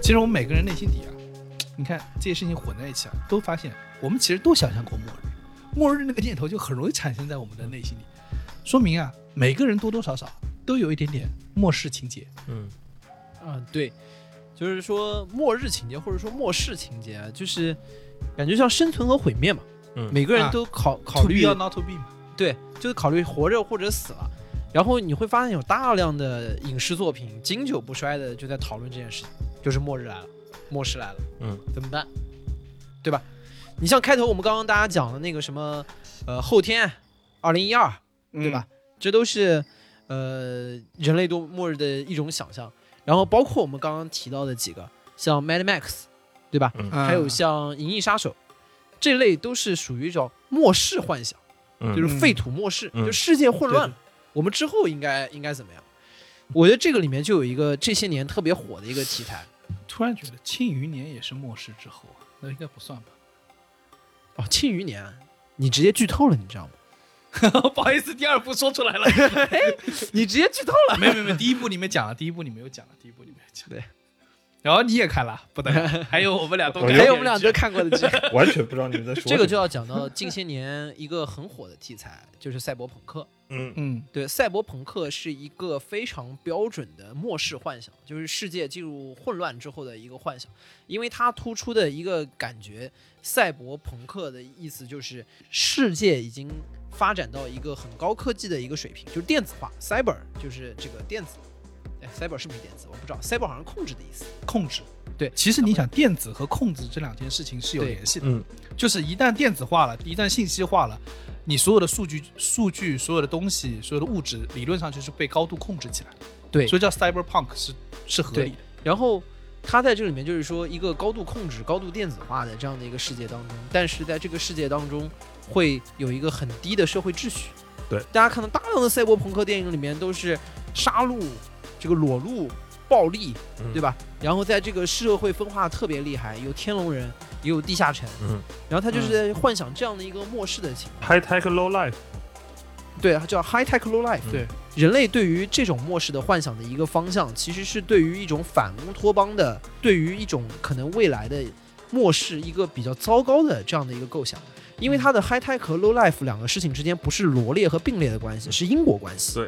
[SPEAKER 1] 其实我们每个人内心底啊，你看这些事情混在一起啊，都发现我们其实都想象过末日，末日那个念头就很容易产生在我们的内心里，说明啊，每个人多多少少都有一点点末世情节。
[SPEAKER 3] 嗯，
[SPEAKER 2] 嗯，对，就是说末日情节或者说末世情节啊，就是感觉像生存和毁灭嘛。
[SPEAKER 3] 嗯
[SPEAKER 2] 每个人
[SPEAKER 1] 啊
[SPEAKER 2] 都考、考
[SPEAKER 1] to
[SPEAKER 2] 虑
[SPEAKER 1] be or not to be 嘛，
[SPEAKER 2] 对，就是考虑活着或者死了。然后你会发现有大量的影视作品经久不衰的就在讨论这件事情，就是末日来了，末世来了，
[SPEAKER 3] 嗯，
[SPEAKER 2] 怎么办？对吧？你像开头我们刚刚大家讲的那个什么，呃，后天，二零一二，对
[SPEAKER 1] 对
[SPEAKER 2] 吧？？这都是呃人类对末日的一种想象。然后包括我们刚刚提到的几个，像 Mad Max，对吧？
[SPEAKER 1] 嗯
[SPEAKER 2] 还有像《银翼杀手》这类，都是属于一种末世幻想，
[SPEAKER 3] 嗯
[SPEAKER 2] 就是废土末世，
[SPEAKER 3] 嗯
[SPEAKER 2] 就世界混乱
[SPEAKER 1] 对
[SPEAKER 2] 了。我们之后应该应该怎么样？我觉得这个里面就有一个这些年特别火的一个题材
[SPEAKER 1] 突然觉得《庆余年》也是末世之后啊，那应该不算吧？
[SPEAKER 2] 哦，《庆余年》，你直接剧透了，你知道吗？
[SPEAKER 1] 不好意思，第二部说出 来了。
[SPEAKER 2] 你直接剧透了，
[SPEAKER 1] 没有没有没有，第一部你们讲了，第一部你没有讲了，第一部你没有讲。
[SPEAKER 2] 对，
[SPEAKER 1] 然后你也看了，不得 了，还有我们俩都看
[SPEAKER 3] 我
[SPEAKER 1] 了
[SPEAKER 2] 还有
[SPEAKER 3] 有
[SPEAKER 2] 我们俩都看过的剧。
[SPEAKER 3] 完全不知道你们在说
[SPEAKER 2] 这个就要讲到近些年一个很火的题材，就是赛博朋克。
[SPEAKER 3] 嗯
[SPEAKER 1] 嗯
[SPEAKER 2] 对，赛博朋克是一个非常标准的末世幻想，就是世界进入混乱之后的一个幻想。因为它突出的一个感觉，赛博朋克的意思就是世界已经发展到一个很高科技的一个水平，就是电子化。cyber 就是这个电子，哎，cyber 是不是电子？我不知道，cyber 好像控制的意思。
[SPEAKER 1] 控制。
[SPEAKER 2] 对
[SPEAKER 1] 其实你想，电子和控制这两件事情是有
[SPEAKER 2] 对
[SPEAKER 1] 联系的，
[SPEAKER 3] 嗯
[SPEAKER 1] 就是一旦电子化了，一旦信息化了，你所有的数据、数据、所有的东西、所有的物质，理论上就是被高度控制起来。
[SPEAKER 2] 对
[SPEAKER 1] 所以叫 cyberpunk 是是合理的。
[SPEAKER 2] 然后它在这里面就是说一个高度控制、高度电子化的这样的一个世界当中，但是在这个世界当中会有一个很低的社会秩序。
[SPEAKER 3] 对，
[SPEAKER 2] 大家看到大量的赛博朋克电影里面都是杀戮、这个裸露、暴力，
[SPEAKER 3] 嗯
[SPEAKER 2] 对吧？然后在这个社会分化特别厉害，有天龙人，也有地下城，
[SPEAKER 3] 嗯
[SPEAKER 2] 然后他就是在幻想这样的一个末世的情况。
[SPEAKER 3] ，High Tech Low Life，
[SPEAKER 2] 对，它叫 high tech low life。
[SPEAKER 1] 对，
[SPEAKER 2] 人类对于这种末世的幻想的一个方向，其实是对于一种反乌托邦的，对于一种可能未来的末世一个比较糟糕的这样的一个构想。因为它的 high tech 和 low life 两个事情之间不是罗列和并列的关系，是因果关系。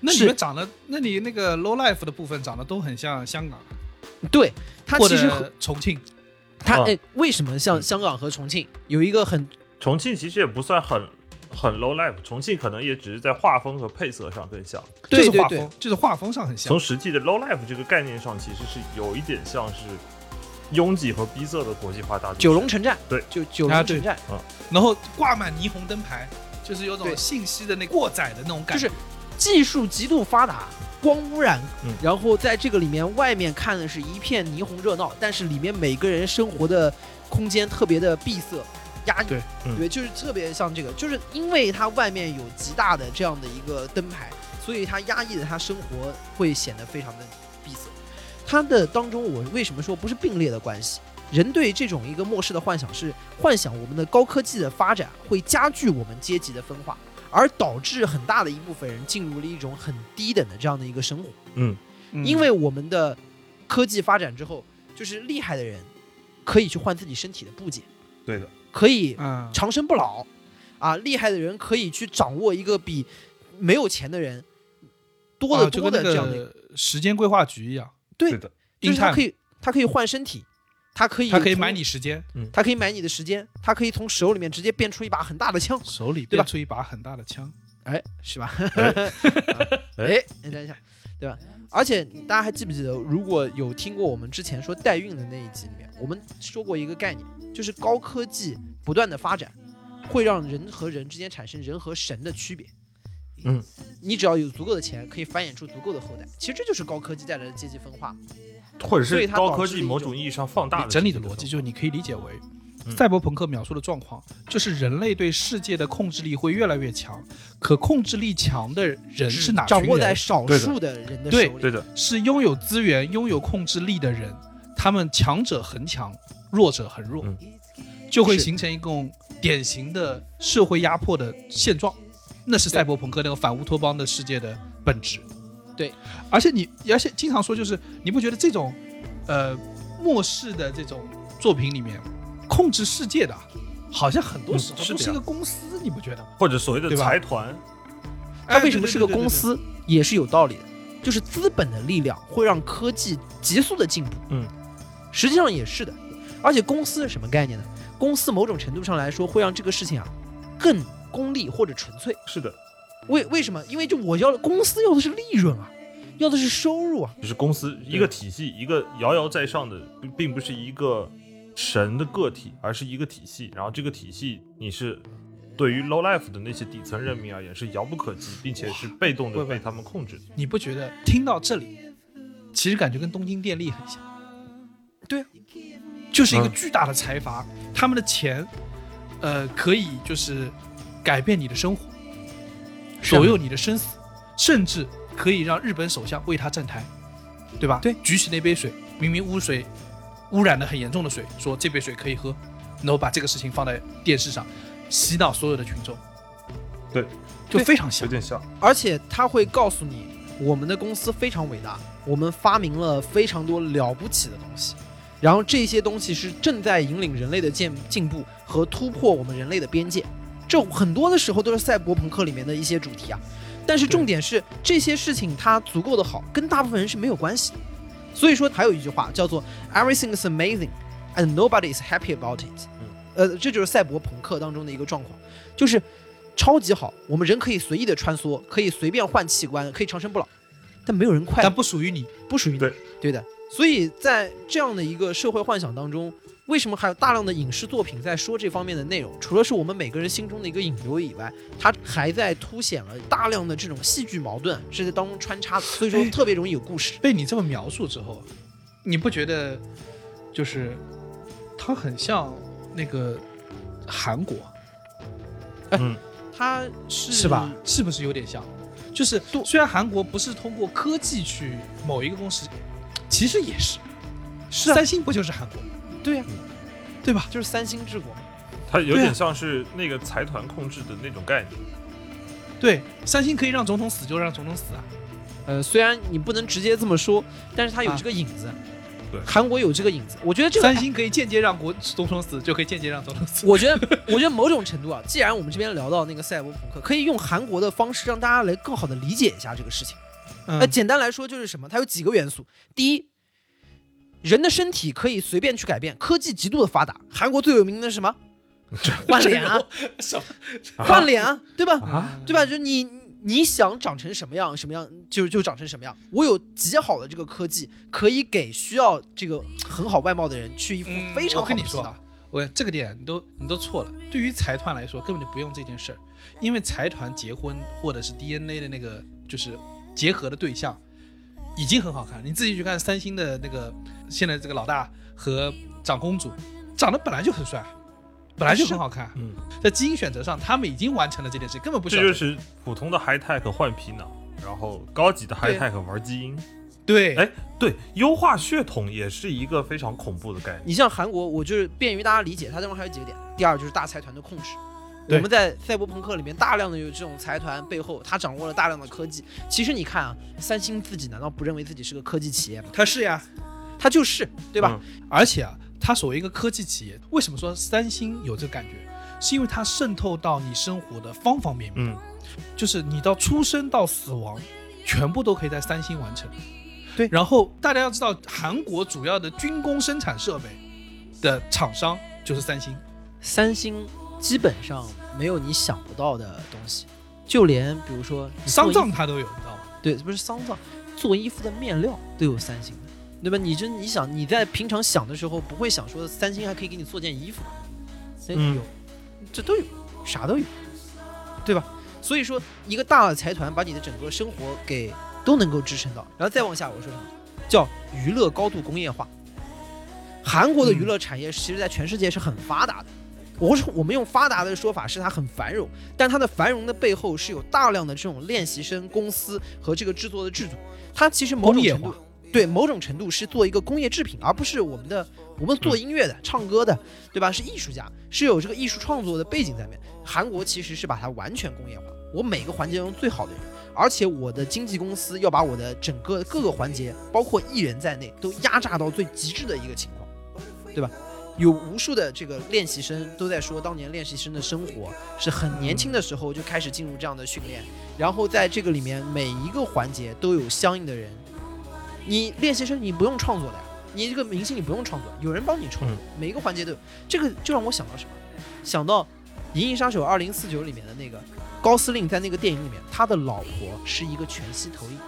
[SPEAKER 1] 那你
[SPEAKER 2] 是
[SPEAKER 1] 们长得，那你那个 low life 的部分长得都很像香港
[SPEAKER 2] 对，它
[SPEAKER 1] 或
[SPEAKER 2] 其实和
[SPEAKER 1] 者嗯重庆。
[SPEAKER 2] 它
[SPEAKER 3] 啊
[SPEAKER 2] 哎，为什么像香港和重庆有一个很
[SPEAKER 3] 重庆其实也不算很很 Low Life，重庆可能也只是在画风和配色上更像。
[SPEAKER 2] 对
[SPEAKER 1] 就是
[SPEAKER 2] 对
[SPEAKER 1] 画
[SPEAKER 2] 对
[SPEAKER 1] 风，就是画风上很像
[SPEAKER 3] 从。实际的 low life 这个概念上，其实是有一点像是拥挤和逼仄的国际化大都市
[SPEAKER 2] 九龙城寨？
[SPEAKER 3] 对，
[SPEAKER 2] 就九
[SPEAKER 1] 啊
[SPEAKER 2] 龙
[SPEAKER 1] 对
[SPEAKER 2] 城寨，
[SPEAKER 1] 然后挂满霓虹灯牌，就是有种
[SPEAKER 2] 对
[SPEAKER 1] 信息的那个过载的那种感觉。
[SPEAKER 2] 就是技术极度发达，光污染，
[SPEAKER 3] 嗯
[SPEAKER 2] 然后在这个里面外面看的是一片霓虹热闹，但是里面每个人生活的空间特别的闭塞。压抑
[SPEAKER 1] 对
[SPEAKER 3] 嗯
[SPEAKER 2] 对，就是特别像这个，就是因为它外面有极大的这样的一个灯牌，所以它压抑的他生活会显得非常的闭塞。它的当中，我为什么说不是并列的关系？人对这种一个末世的幻想是幻想我们的高科技的发展会加剧我们阶级的分化，而导致很大的一部分人进入了一种很低等的这样的一个生活。
[SPEAKER 1] 嗯
[SPEAKER 2] 因为我们的科技发展之后，就是厉害的人可以去换自己身体的部件，
[SPEAKER 3] 对的，
[SPEAKER 2] 可以
[SPEAKER 1] 啊，
[SPEAKER 2] 长生不老啊，厉害的人可以去掌握一个比没有钱的人多得
[SPEAKER 1] 啊就
[SPEAKER 2] 多
[SPEAKER 1] 跟
[SPEAKER 2] 的
[SPEAKER 1] 那
[SPEAKER 2] 这样的一个，
[SPEAKER 1] 个时间规划局一样，
[SPEAKER 2] 对
[SPEAKER 3] 对的，
[SPEAKER 2] 就是他
[SPEAKER 1] in time，
[SPEAKER 2] 可以他可以换身体，他可以
[SPEAKER 1] 他可以
[SPEAKER 2] 从
[SPEAKER 1] 买你，时间，
[SPEAKER 2] 他可以买你的时间，他可以从手里面直接变出一把很大的枪，
[SPEAKER 1] 手里
[SPEAKER 2] 对吧
[SPEAKER 1] 变出一把很大的枪。
[SPEAKER 2] 哎，是吧？
[SPEAKER 3] 哎
[SPEAKER 2] 哎，你等一下，对吧？而且大家还记不记得，如果有听过我们之前说代孕的那一集里面，我们说过一个概念，就是高科技不断的发展会让人和人之间产生人和神的区别。
[SPEAKER 3] 嗯，
[SPEAKER 2] 你只要有足够的钱，可以繁衍出足够的后代。其实这就是高科技带来的阶级分化。
[SPEAKER 3] 或者
[SPEAKER 2] 所
[SPEAKER 3] 是
[SPEAKER 2] 以它
[SPEAKER 3] 高
[SPEAKER 2] 导
[SPEAKER 3] 科
[SPEAKER 2] 致
[SPEAKER 3] 技
[SPEAKER 2] 一
[SPEAKER 3] 某
[SPEAKER 2] 种
[SPEAKER 3] 种意义上放大
[SPEAKER 1] 你
[SPEAKER 3] 了
[SPEAKER 1] 整理
[SPEAKER 3] 这
[SPEAKER 1] 的
[SPEAKER 3] 个
[SPEAKER 1] 逻辑
[SPEAKER 3] 分
[SPEAKER 1] 就是，你可以理解为，
[SPEAKER 3] 嗯
[SPEAKER 1] 赛博朋克描述的状况就是人类对世界的控制力会越来越强，可控制力强的人是哪群
[SPEAKER 2] 掌握
[SPEAKER 1] 人
[SPEAKER 2] 在少
[SPEAKER 3] 对的
[SPEAKER 2] 数的人的
[SPEAKER 1] 对
[SPEAKER 2] 手里。
[SPEAKER 3] 对的，
[SPEAKER 1] 是拥有资源、拥有控制力的人，他们强者恒强，弱者恒弱，
[SPEAKER 3] 嗯
[SPEAKER 1] 就会
[SPEAKER 2] 是
[SPEAKER 1] 形成一种典型的社会压迫的现状。那是赛博朋克那个反乌托邦的世界的本质。
[SPEAKER 2] 对，
[SPEAKER 1] 而且你，而且经常说，就是你不觉得这种，呃，末世的这种作品里面，控制世界的，好像很多时候
[SPEAKER 3] 嗯是
[SPEAKER 1] 都
[SPEAKER 3] 这
[SPEAKER 1] 是
[SPEAKER 3] 样
[SPEAKER 1] 一个公司，你不觉得吗？
[SPEAKER 3] 或者所谓的
[SPEAKER 1] 对吧
[SPEAKER 3] 财团，
[SPEAKER 2] 它
[SPEAKER 1] 哎
[SPEAKER 2] 为什么
[SPEAKER 1] 对对
[SPEAKER 2] 是个
[SPEAKER 1] 对对
[SPEAKER 2] 公司，也是有道理的。就是资本的力量会让科技急速的进步，
[SPEAKER 3] 嗯，
[SPEAKER 2] 实际上也是的。而且公司是什么概念呢？公司某种程度上来说会让这个事情啊更功利或者纯粹。
[SPEAKER 3] 是的，
[SPEAKER 2] 为为什么？因为就我要公司要的是利润啊，要的是收入啊。
[SPEAKER 3] 就是公司一
[SPEAKER 1] 对
[SPEAKER 3] 个体系，一个遥遥在上的，并并不是一个神的个体，而是一个体系。然后这个体系，你是对于 low life 的那些底层人民而言是遥不可及，并且是被动
[SPEAKER 1] 哇
[SPEAKER 3] 的被他们控制的。
[SPEAKER 1] 你不觉得听到这里，其实感觉跟东京电力很像？
[SPEAKER 2] 对啊，
[SPEAKER 1] 就是一个
[SPEAKER 3] 嗯
[SPEAKER 1] 巨大的财阀，他们的钱，呃，可以就是改变你的生活，
[SPEAKER 2] 是啊
[SPEAKER 1] 左右你的生死，甚至可以让日本首相为他站台，对吧？
[SPEAKER 2] 对
[SPEAKER 1] 举起那杯水，明明污水污染的很严重的水，说这杯水可以喝，然后把这个事情放在电视上，洗脑所有的群众。
[SPEAKER 3] 对，
[SPEAKER 1] 就
[SPEAKER 2] 对
[SPEAKER 1] 非常
[SPEAKER 3] 有
[SPEAKER 1] 像。
[SPEAKER 3] 点像，
[SPEAKER 2] 而且他会告诉你，我们的公司非常伟大，我们发明了非常多了不起的东西，然后这些东西是正在引领人类的进进步和突破我们人类的边界。这很多的时候都是赛博朋克里面的一些主题啊，但是重点是这些事情它足够的好，跟大部分人是没有关系的。所以说，还有一句话叫做 “Everything is amazing and nobody is happy about it”。呃，这就是赛博朋克当中的一个状况，就是超级好，我们人可以随意的穿梭，可以随便换器官，可以长生不老，但没有人快乐
[SPEAKER 1] 但，不属于你，
[SPEAKER 2] 不属于你。
[SPEAKER 3] 对
[SPEAKER 2] 对的，所以在这样的一个社会幻想当中，为什么还有大量的影视作品在说这方面的内容？除了是我们每个人心中的一个引流以外，它还在凸显了大量的这种戏剧矛盾是在当中穿插的，所以说
[SPEAKER 1] 哎
[SPEAKER 2] 特别容易有故事。
[SPEAKER 1] 被你这么描述之后，你不觉得就是它很像那个韩国
[SPEAKER 3] 嗯，
[SPEAKER 2] 它是
[SPEAKER 1] 是吧？？是不是有点像？就是
[SPEAKER 2] 对
[SPEAKER 1] 虽然韩国不是通过科技去某一个公司，其实也是，
[SPEAKER 2] 是啊
[SPEAKER 1] 三星不就是韩国吗
[SPEAKER 2] 对呀、
[SPEAKER 1] 对吧？
[SPEAKER 2] 就是三星治国。
[SPEAKER 3] 它有
[SPEAKER 1] 对啊
[SPEAKER 3] 点像是那个财团控制的那种概念。
[SPEAKER 1] 对，三星可以让总统死就让总统死啊，
[SPEAKER 2] 呃，虽然你不能直接这么说，但是它有
[SPEAKER 1] 啊
[SPEAKER 2] 这个影子。
[SPEAKER 3] 对
[SPEAKER 2] 韩国有这个影子，我觉得这个
[SPEAKER 1] 三星可以间接让国总统死就可以间接让总统死。
[SPEAKER 2] 我觉得，我觉得某种程度啊，既然我们这边聊到那个赛博朋克，可以用韩国的方式让大家来更好的理解一下这个事情。那、
[SPEAKER 1] 嗯，
[SPEAKER 2] 简单来说就是什么？它有几个元素。第一，人的身体可以随便去改变，科技极度的发达。韩国最有名的是什么？换脸啊，
[SPEAKER 1] 什么
[SPEAKER 2] 换脸啊，对吧？
[SPEAKER 3] 啊，
[SPEAKER 2] 对吧？就是你你想长成什么样，什么样就就长成什么样。我有极好的这个科技，可以给需要这个很好外貌的人去一副
[SPEAKER 1] 嗯
[SPEAKER 2] 非常
[SPEAKER 1] 我
[SPEAKER 2] 好
[SPEAKER 1] 跟
[SPEAKER 2] 的
[SPEAKER 1] 你
[SPEAKER 2] 洗
[SPEAKER 1] 说
[SPEAKER 2] 脑
[SPEAKER 1] 啊。，我这个点你都你都错了。对于财团来说，根本就不用这件事儿，因为财团结婚或者是 DNA 的那个就是结合的对象已经很好看了。你自己去看三星的那个现在这个老大和长公主，长得本来就很帅，啊本来就很好看。啊
[SPEAKER 3] 嗯，
[SPEAKER 1] 在基因选择上，他们已经完成了这件事，根本不需
[SPEAKER 3] 这就
[SPEAKER 1] 要这
[SPEAKER 3] 是普通的 high tech 换皮囊，然后高级的 high
[SPEAKER 2] 对
[SPEAKER 3] tech 玩基因。
[SPEAKER 1] 个对，
[SPEAKER 3] 哎，对，优化血统也是一个非常恐怖的概念。
[SPEAKER 2] 你像韩国，我就是便于大家理解，它当中还有几个点。第二就是大财团的控制。我
[SPEAKER 1] 对
[SPEAKER 2] 们在赛博朋克里面大量的有这种财团背后，它掌握了大量的科技。其实你看啊，三星自己难道不认为自己是个科技企业吗？
[SPEAKER 1] 他是呀，
[SPEAKER 2] 它就是，对吧？
[SPEAKER 1] 而且啊，它所谓一个科技企业，为什么说三星有这个感觉？是因为它渗透到你生活的方方面面。
[SPEAKER 3] 嗯，
[SPEAKER 1] 就是你到出生到死亡，全部都可以在三星完成。
[SPEAKER 2] 对
[SPEAKER 1] 然后大家要知道，韩国主要的军工生产设备的厂商就是三星。
[SPEAKER 2] 三星基本上没有你想不到的东西，就连比如说你做
[SPEAKER 1] 丧
[SPEAKER 2] 衣
[SPEAKER 1] 葬它都有，你知道吗？
[SPEAKER 2] 对，不是丧葬，做衣服的面料都有三星的，对吧？你这你想你在平常想的时候不会想说三星还可以给你做件衣服，所以有，
[SPEAKER 3] 嗯
[SPEAKER 2] 这都有，啥都有，对吧？所以说，一个大的财团把你的整个生活给都能够支撑到，然后再往下我说什么，叫娱乐高度工业化。韩国的娱乐产业其实在全世界是很发达的，我是我们用发达的说法是它很繁荣，但它的繁荣的背后是有大量的这种练习生公司和这个制作的制度，它其实某种
[SPEAKER 1] 工业
[SPEAKER 2] 程度
[SPEAKER 1] 化
[SPEAKER 2] 对某种程度是做一个工业制品，而不是我们的我们
[SPEAKER 1] 嗯
[SPEAKER 2] 做音乐的、唱歌的，对吧？是艺术家，是有这个艺术创作的背景在面。韩国其实是把它完全工业化，我每个环节中最好的人，而且我的经纪公司要把我的整个各个环节，包括艺人在内，都压榨到最极致的一个情况，对吧？有无数的这个练习生都在说，当年练习生的生活是很年轻的时候就开始进入这样的训练，然后在这个里面每一个环节都有相应的人。你练习生你不用创作的呀，你这个明星你不用创作，有人帮你创作，每一个环节都有。这个就让我想到什么？想到《银翼杀手二零四九》里面的那个高司令，在那个电影里面，他的老婆是一个全息投影，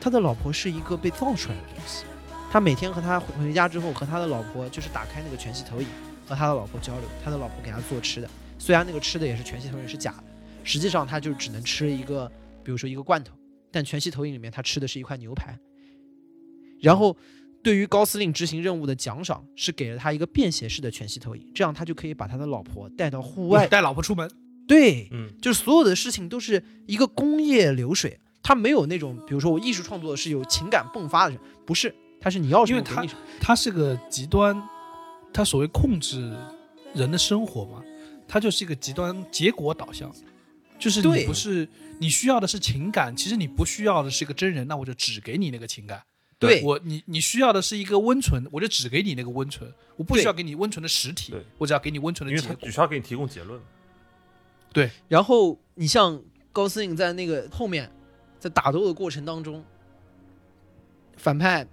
[SPEAKER 2] 他的老婆是一个被造出来的东西。他每天和他回回家之后，和他的老婆就是打开那个全息投影，和他的老婆交流，他的老婆给他做吃的，虽然那个吃的也是全息投影是假的，实际上他就只能吃一个，比如说一个罐头，但全息投影里面他吃的是一块牛排。然后，对于高司令执行任务的奖赏是给了他一个便携式的全息投影，这样他就可以把他的老婆带到户外。
[SPEAKER 1] 带老婆出门，
[SPEAKER 2] 对，
[SPEAKER 3] 嗯，
[SPEAKER 2] 就是所有的事情都是一个工业流水，它没有那种，比如说我艺术创作是有情感迸发的，不是，它是你要什
[SPEAKER 1] 因
[SPEAKER 2] 么
[SPEAKER 1] 为
[SPEAKER 2] 我给
[SPEAKER 1] 它
[SPEAKER 2] 你什么。
[SPEAKER 1] 他是个极端，他所谓控制人的生活嘛，他就是一个极端结果导向，就是你
[SPEAKER 2] 对
[SPEAKER 1] 不是你需要的是情感，其实你不需要的是一个真人，那我就只给你那个情感。
[SPEAKER 2] 对
[SPEAKER 1] 我，你你需要的是一个温存，我就只给你那个温存，我不需要给你温存的实体
[SPEAKER 3] 对，
[SPEAKER 1] 我只要给你温存
[SPEAKER 3] 因
[SPEAKER 1] 的
[SPEAKER 3] 为
[SPEAKER 1] 结
[SPEAKER 3] 他
[SPEAKER 1] 果
[SPEAKER 3] 只。需要给你提供结论。
[SPEAKER 2] 然后你像高司令在那个后面，在打斗的过程当中，反派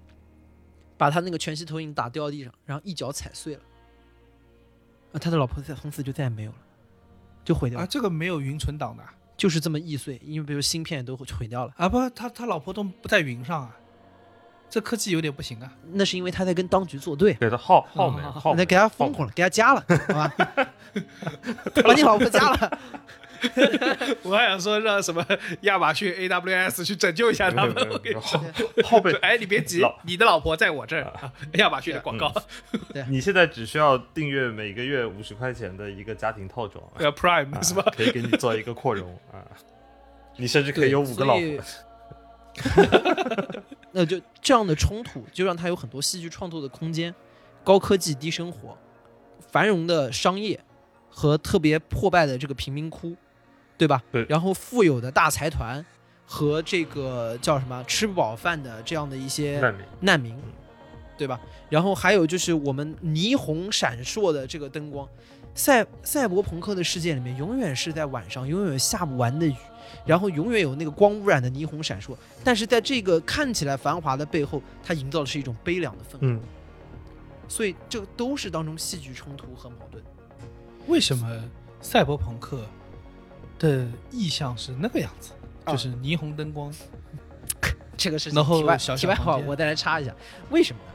[SPEAKER 2] 把他那个全息投影打掉地上，然后一脚踩碎了，啊，他的老婆在从此就再也没有了，就毁掉了，
[SPEAKER 1] 啊，这个没有云存档的啊
[SPEAKER 2] 就是这么易碎，因为比如芯片都毁掉了。
[SPEAKER 1] 啊，不，他他老婆都不在云上啊，这科技有点不行啊。
[SPEAKER 2] 那是因为他在跟当局作对，
[SPEAKER 3] 给他耗耗没
[SPEAKER 1] 好好
[SPEAKER 3] 耗
[SPEAKER 2] 哦
[SPEAKER 3] 没，
[SPEAKER 2] 那给他
[SPEAKER 3] 耗
[SPEAKER 2] 封口了，给他加 了，好吧？把你老婆加了，
[SPEAKER 1] 我还想说让什么亚马逊 AWS 去拯救一下他们
[SPEAKER 3] 没 有没有没有，
[SPEAKER 1] 我
[SPEAKER 3] 耗
[SPEAKER 1] 跟你说。
[SPEAKER 3] 耗被
[SPEAKER 1] 哎，你别急
[SPEAKER 3] 老，
[SPEAKER 1] 你的老婆在我这儿，啊亚马逊的广告，
[SPEAKER 3] 你现在只需要订阅每个月五十块钱的一个家庭套装，
[SPEAKER 1] 呃
[SPEAKER 3] 啊
[SPEAKER 1] ，Prime 是吧？
[SPEAKER 3] 可以给你做一个扩 容啊，你甚 至可以有五个老
[SPEAKER 2] 所
[SPEAKER 3] 婆
[SPEAKER 2] 以。 那就这样的冲突，就让他有很多戏剧创作的空间。高科技低生活，繁荣的商业和特别破败的这个贫民窟，对吧？
[SPEAKER 3] 对
[SPEAKER 2] 然后富有的大财团和这个叫什么吃不饱饭的这样的一些
[SPEAKER 3] 难民。
[SPEAKER 2] 难民，对吧？然后还有就是我们霓虹闪烁的这个灯光，赛赛博朋克的世界里面，永远是在晚上，永远有下不完的雨，然后永远有那个光污染的霓虹闪烁。但是在这个看起来繁华的背后，它营造的是一种悲凉的氛围。
[SPEAKER 3] 嗯，
[SPEAKER 2] 所以这都是当中戏剧冲突和矛盾。
[SPEAKER 1] 为什么赛博朋克的意象是那个样子？
[SPEAKER 2] 啊
[SPEAKER 1] 就是霓虹灯光，啊
[SPEAKER 2] 这个事情。
[SPEAKER 1] 然后
[SPEAKER 2] 题外
[SPEAKER 1] 小
[SPEAKER 2] 题
[SPEAKER 1] 小
[SPEAKER 2] 外
[SPEAKER 1] 房
[SPEAKER 2] 话，
[SPEAKER 1] 间
[SPEAKER 2] 我再来插一下，为什么呢？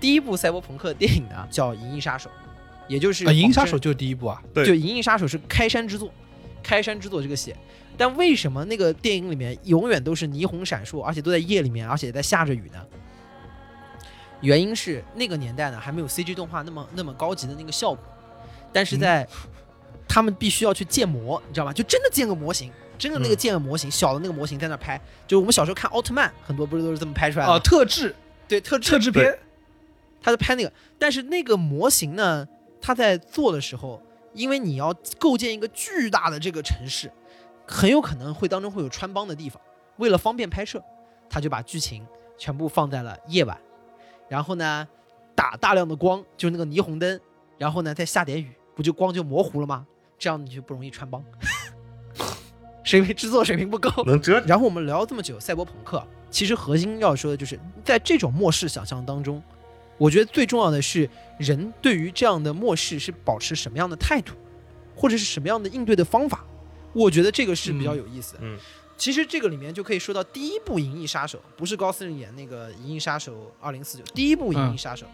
[SPEAKER 2] 第一部赛博朋克电影呢叫《银翼杀手》，也就是
[SPEAKER 1] 啊，《银翼
[SPEAKER 2] 黄
[SPEAKER 1] 杀
[SPEAKER 2] 轩
[SPEAKER 1] 手》就是第一部啊，
[SPEAKER 3] 对
[SPEAKER 2] 就《银翼杀手》是开山之作，开山之作这个写。但为什么那个电影里面永远都是霓虹闪烁，而且都在夜里面，而且在下着雨呢？原因是那个年代呢还没有 CG 动画那么那么高级的那个效果，但
[SPEAKER 3] 嗯
[SPEAKER 2] 是在、他们必须要去建模，你知道吗？就真的建个模型，真的那个
[SPEAKER 3] 嗯
[SPEAKER 2] 建个模型，小的那个模型在那拍。就是我们小时候看奥特曼，很多不是都是这么拍出来的吗？
[SPEAKER 3] 哦
[SPEAKER 1] 啊，特制
[SPEAKER 2] 对，特制
[SPEAKER 1] 特制片，
[SPEAKER 2] 他在拍那个，但是那个模型呢，他在做的时候，因为你要构建一个巨大的这个城市，很有可能会当中会有穿帮的地方。为了方便拍摄，他就把剧情全部放在了夜晚，然后呢，打大量的光，就是那个霓虹灯，然后呢再下点雨，不就光就模糊了吗？这样你就不容易穿帮， 是因为制作水平不够。
[SPEAKER 1] 哦
[SPEAKER 3] 能折
[SPEAKER 2] 然后我们聊了这么久赛博朋克，其实核心要说的就是，在这种末世想象当中，我觉得最重要的是人对于这样的末世是保持什么样的态度，或者是什么样的应对的方法。我觉得这个是比较有意思的。
[SPEAKER 3] 嗯嗯
[SPEAKER 2] 其实这个里面就可以说到第一部《银翼杀手》，不是高司令演那个《银翼杀手二零四九》，第一部《银翼杀手》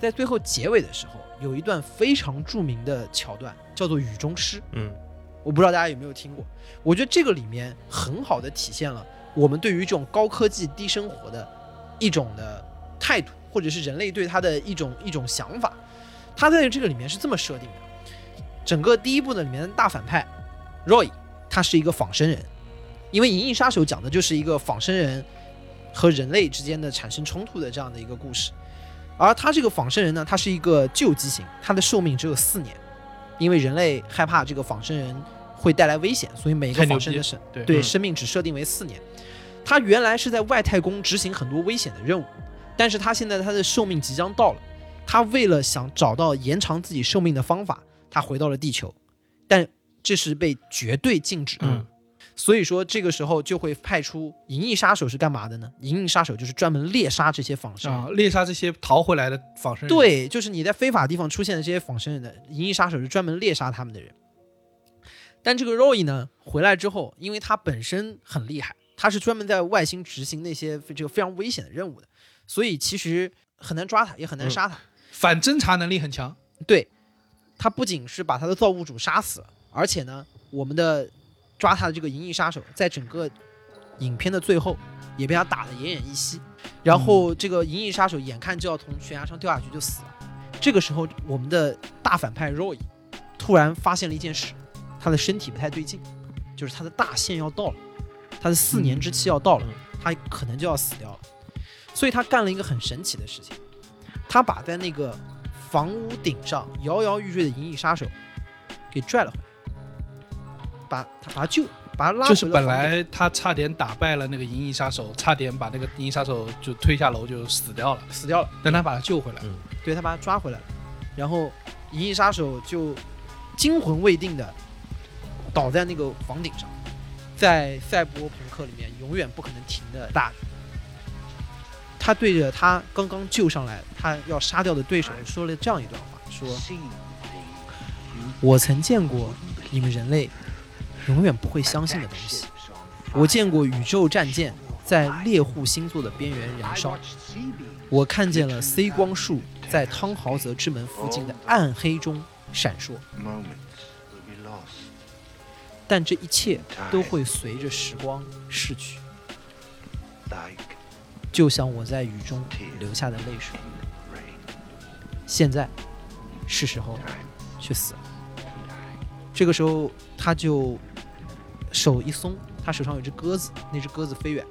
[SPEAKER 2] 在最后结尾的时候，有一段非常著名的桥段，叫做雨中诗。
[SPEAKER 3] 嗯，
[SPEAKER 2] 我不知道大家有没有听过。我觉得这个里面很好的体现了我们对于这种高科技低生活的一种的态度，或者是人类对它的一种一种想法。它在这个里面是这么设定的：整个第一部呢里面的大反派 Roy，他是一个仿生人，因为《银翼杀手》讲的就是一个仿生人和人类之间的产生冲突的这样的一个故事。而他这个仿生人呢，他是一个旧机型，他的寿命只有四年，因为人类害怕这个仿生人会带来危险，所以每一个
[SPEAKER 1] 太牛
[SPEAKER 2] 仿生
[SPEAKER 1] 逼
[SPEAKER 2] 人是
[SPEAKER 1] 对
[SPEAKER 2] 对
[SPEAKER 3] 嗯
[SPEAKER 2] 生命只设定为四年。他原来是在外太空执行很多危险的任务，但是他现在他的寿命即将到了，他为了想找到延长自己寿命的方法，他回到了地球，但这是被绝对禁止的。
[SPEAKER 1] 嗯
[SPEAKER 2] 所以说，这个时候就会派出银翼杀手是干嘛的呢？银翼杀手就是专门猎杀这些仿生人。
[SPEAKER 1] 啊，猎杀这些逃回来的仿生人，，
[SPEAKER 2] 对，就是你在非法地方出现的这些仿生人的银翼杀手是专门猎杀他们的人。但这个 Roy 呢，回来之后，因为他本身很厉害，他是专门在外星执行那些这个非常危险的任务的，所以其实很难抓他，也很难
[SPEAKER 3] 嗯
[SPEAKER 2] 杀他。
[SPEAKER 1] 反侦查能力很强，
[SPEAKER 2] 对，他不仅是把他的造物主杀死了，而且呢，我们的抓他的这个银翼杀手，在整个影片的最后也被他打得奄奄一息，然
[SPEAKER 1] 嗯
[SPEAKER 2] 后这个银翼杀手眼看就要从悬崖上掉下去就死了。这个时候，我们的大反派 Roy 突然发现了一件事，他的身体不太对劲，就是他的大限要到了，他的四年之期要到了，
[SPEAKER 1] 嗯
[SPEAKER 2] 他可能就要死掉了。所以他干了一个很神奇的事情，他把在那个房屋顶上摇摇欲坠的银翼杀手给拽了回来，把他把他救了，把他拉回
[SPEAKER 1] 就是
[SPEAKER 2] 了
[SPEAKER 1] 本
[SPEAKER 2] 房顶
[SPEAKER 1] 来他差点打败了那个银翼杀手，差点把那个银翼杀手就推下楼就死掉了，
[SPEAKER 2] 死掉了。
[SPEAKER 1] 但他把他救回来了。
[SPEAKER 2] 对他把他抓回来了，然后银翼杀手就惊魂未定的倒在那个房顶上，在赛博朋克里面永远不可能停的大雨。他对着他刚刚救上来他要杀掉的对手说了这样一段话：说，我曾见过你们人类永远不会相信的东西，我见过宇宙战舰在猎户星座的边缘燃烧。我看见了 C 光束在汤豪泽之门附近的暗黑中闪烁，但这一切都会随着时光逝去，就像我在雨中流下的泪水。现在是时候去死了。这个时候，他就手一松，他手上有只鸽子，那只鸽子飞远，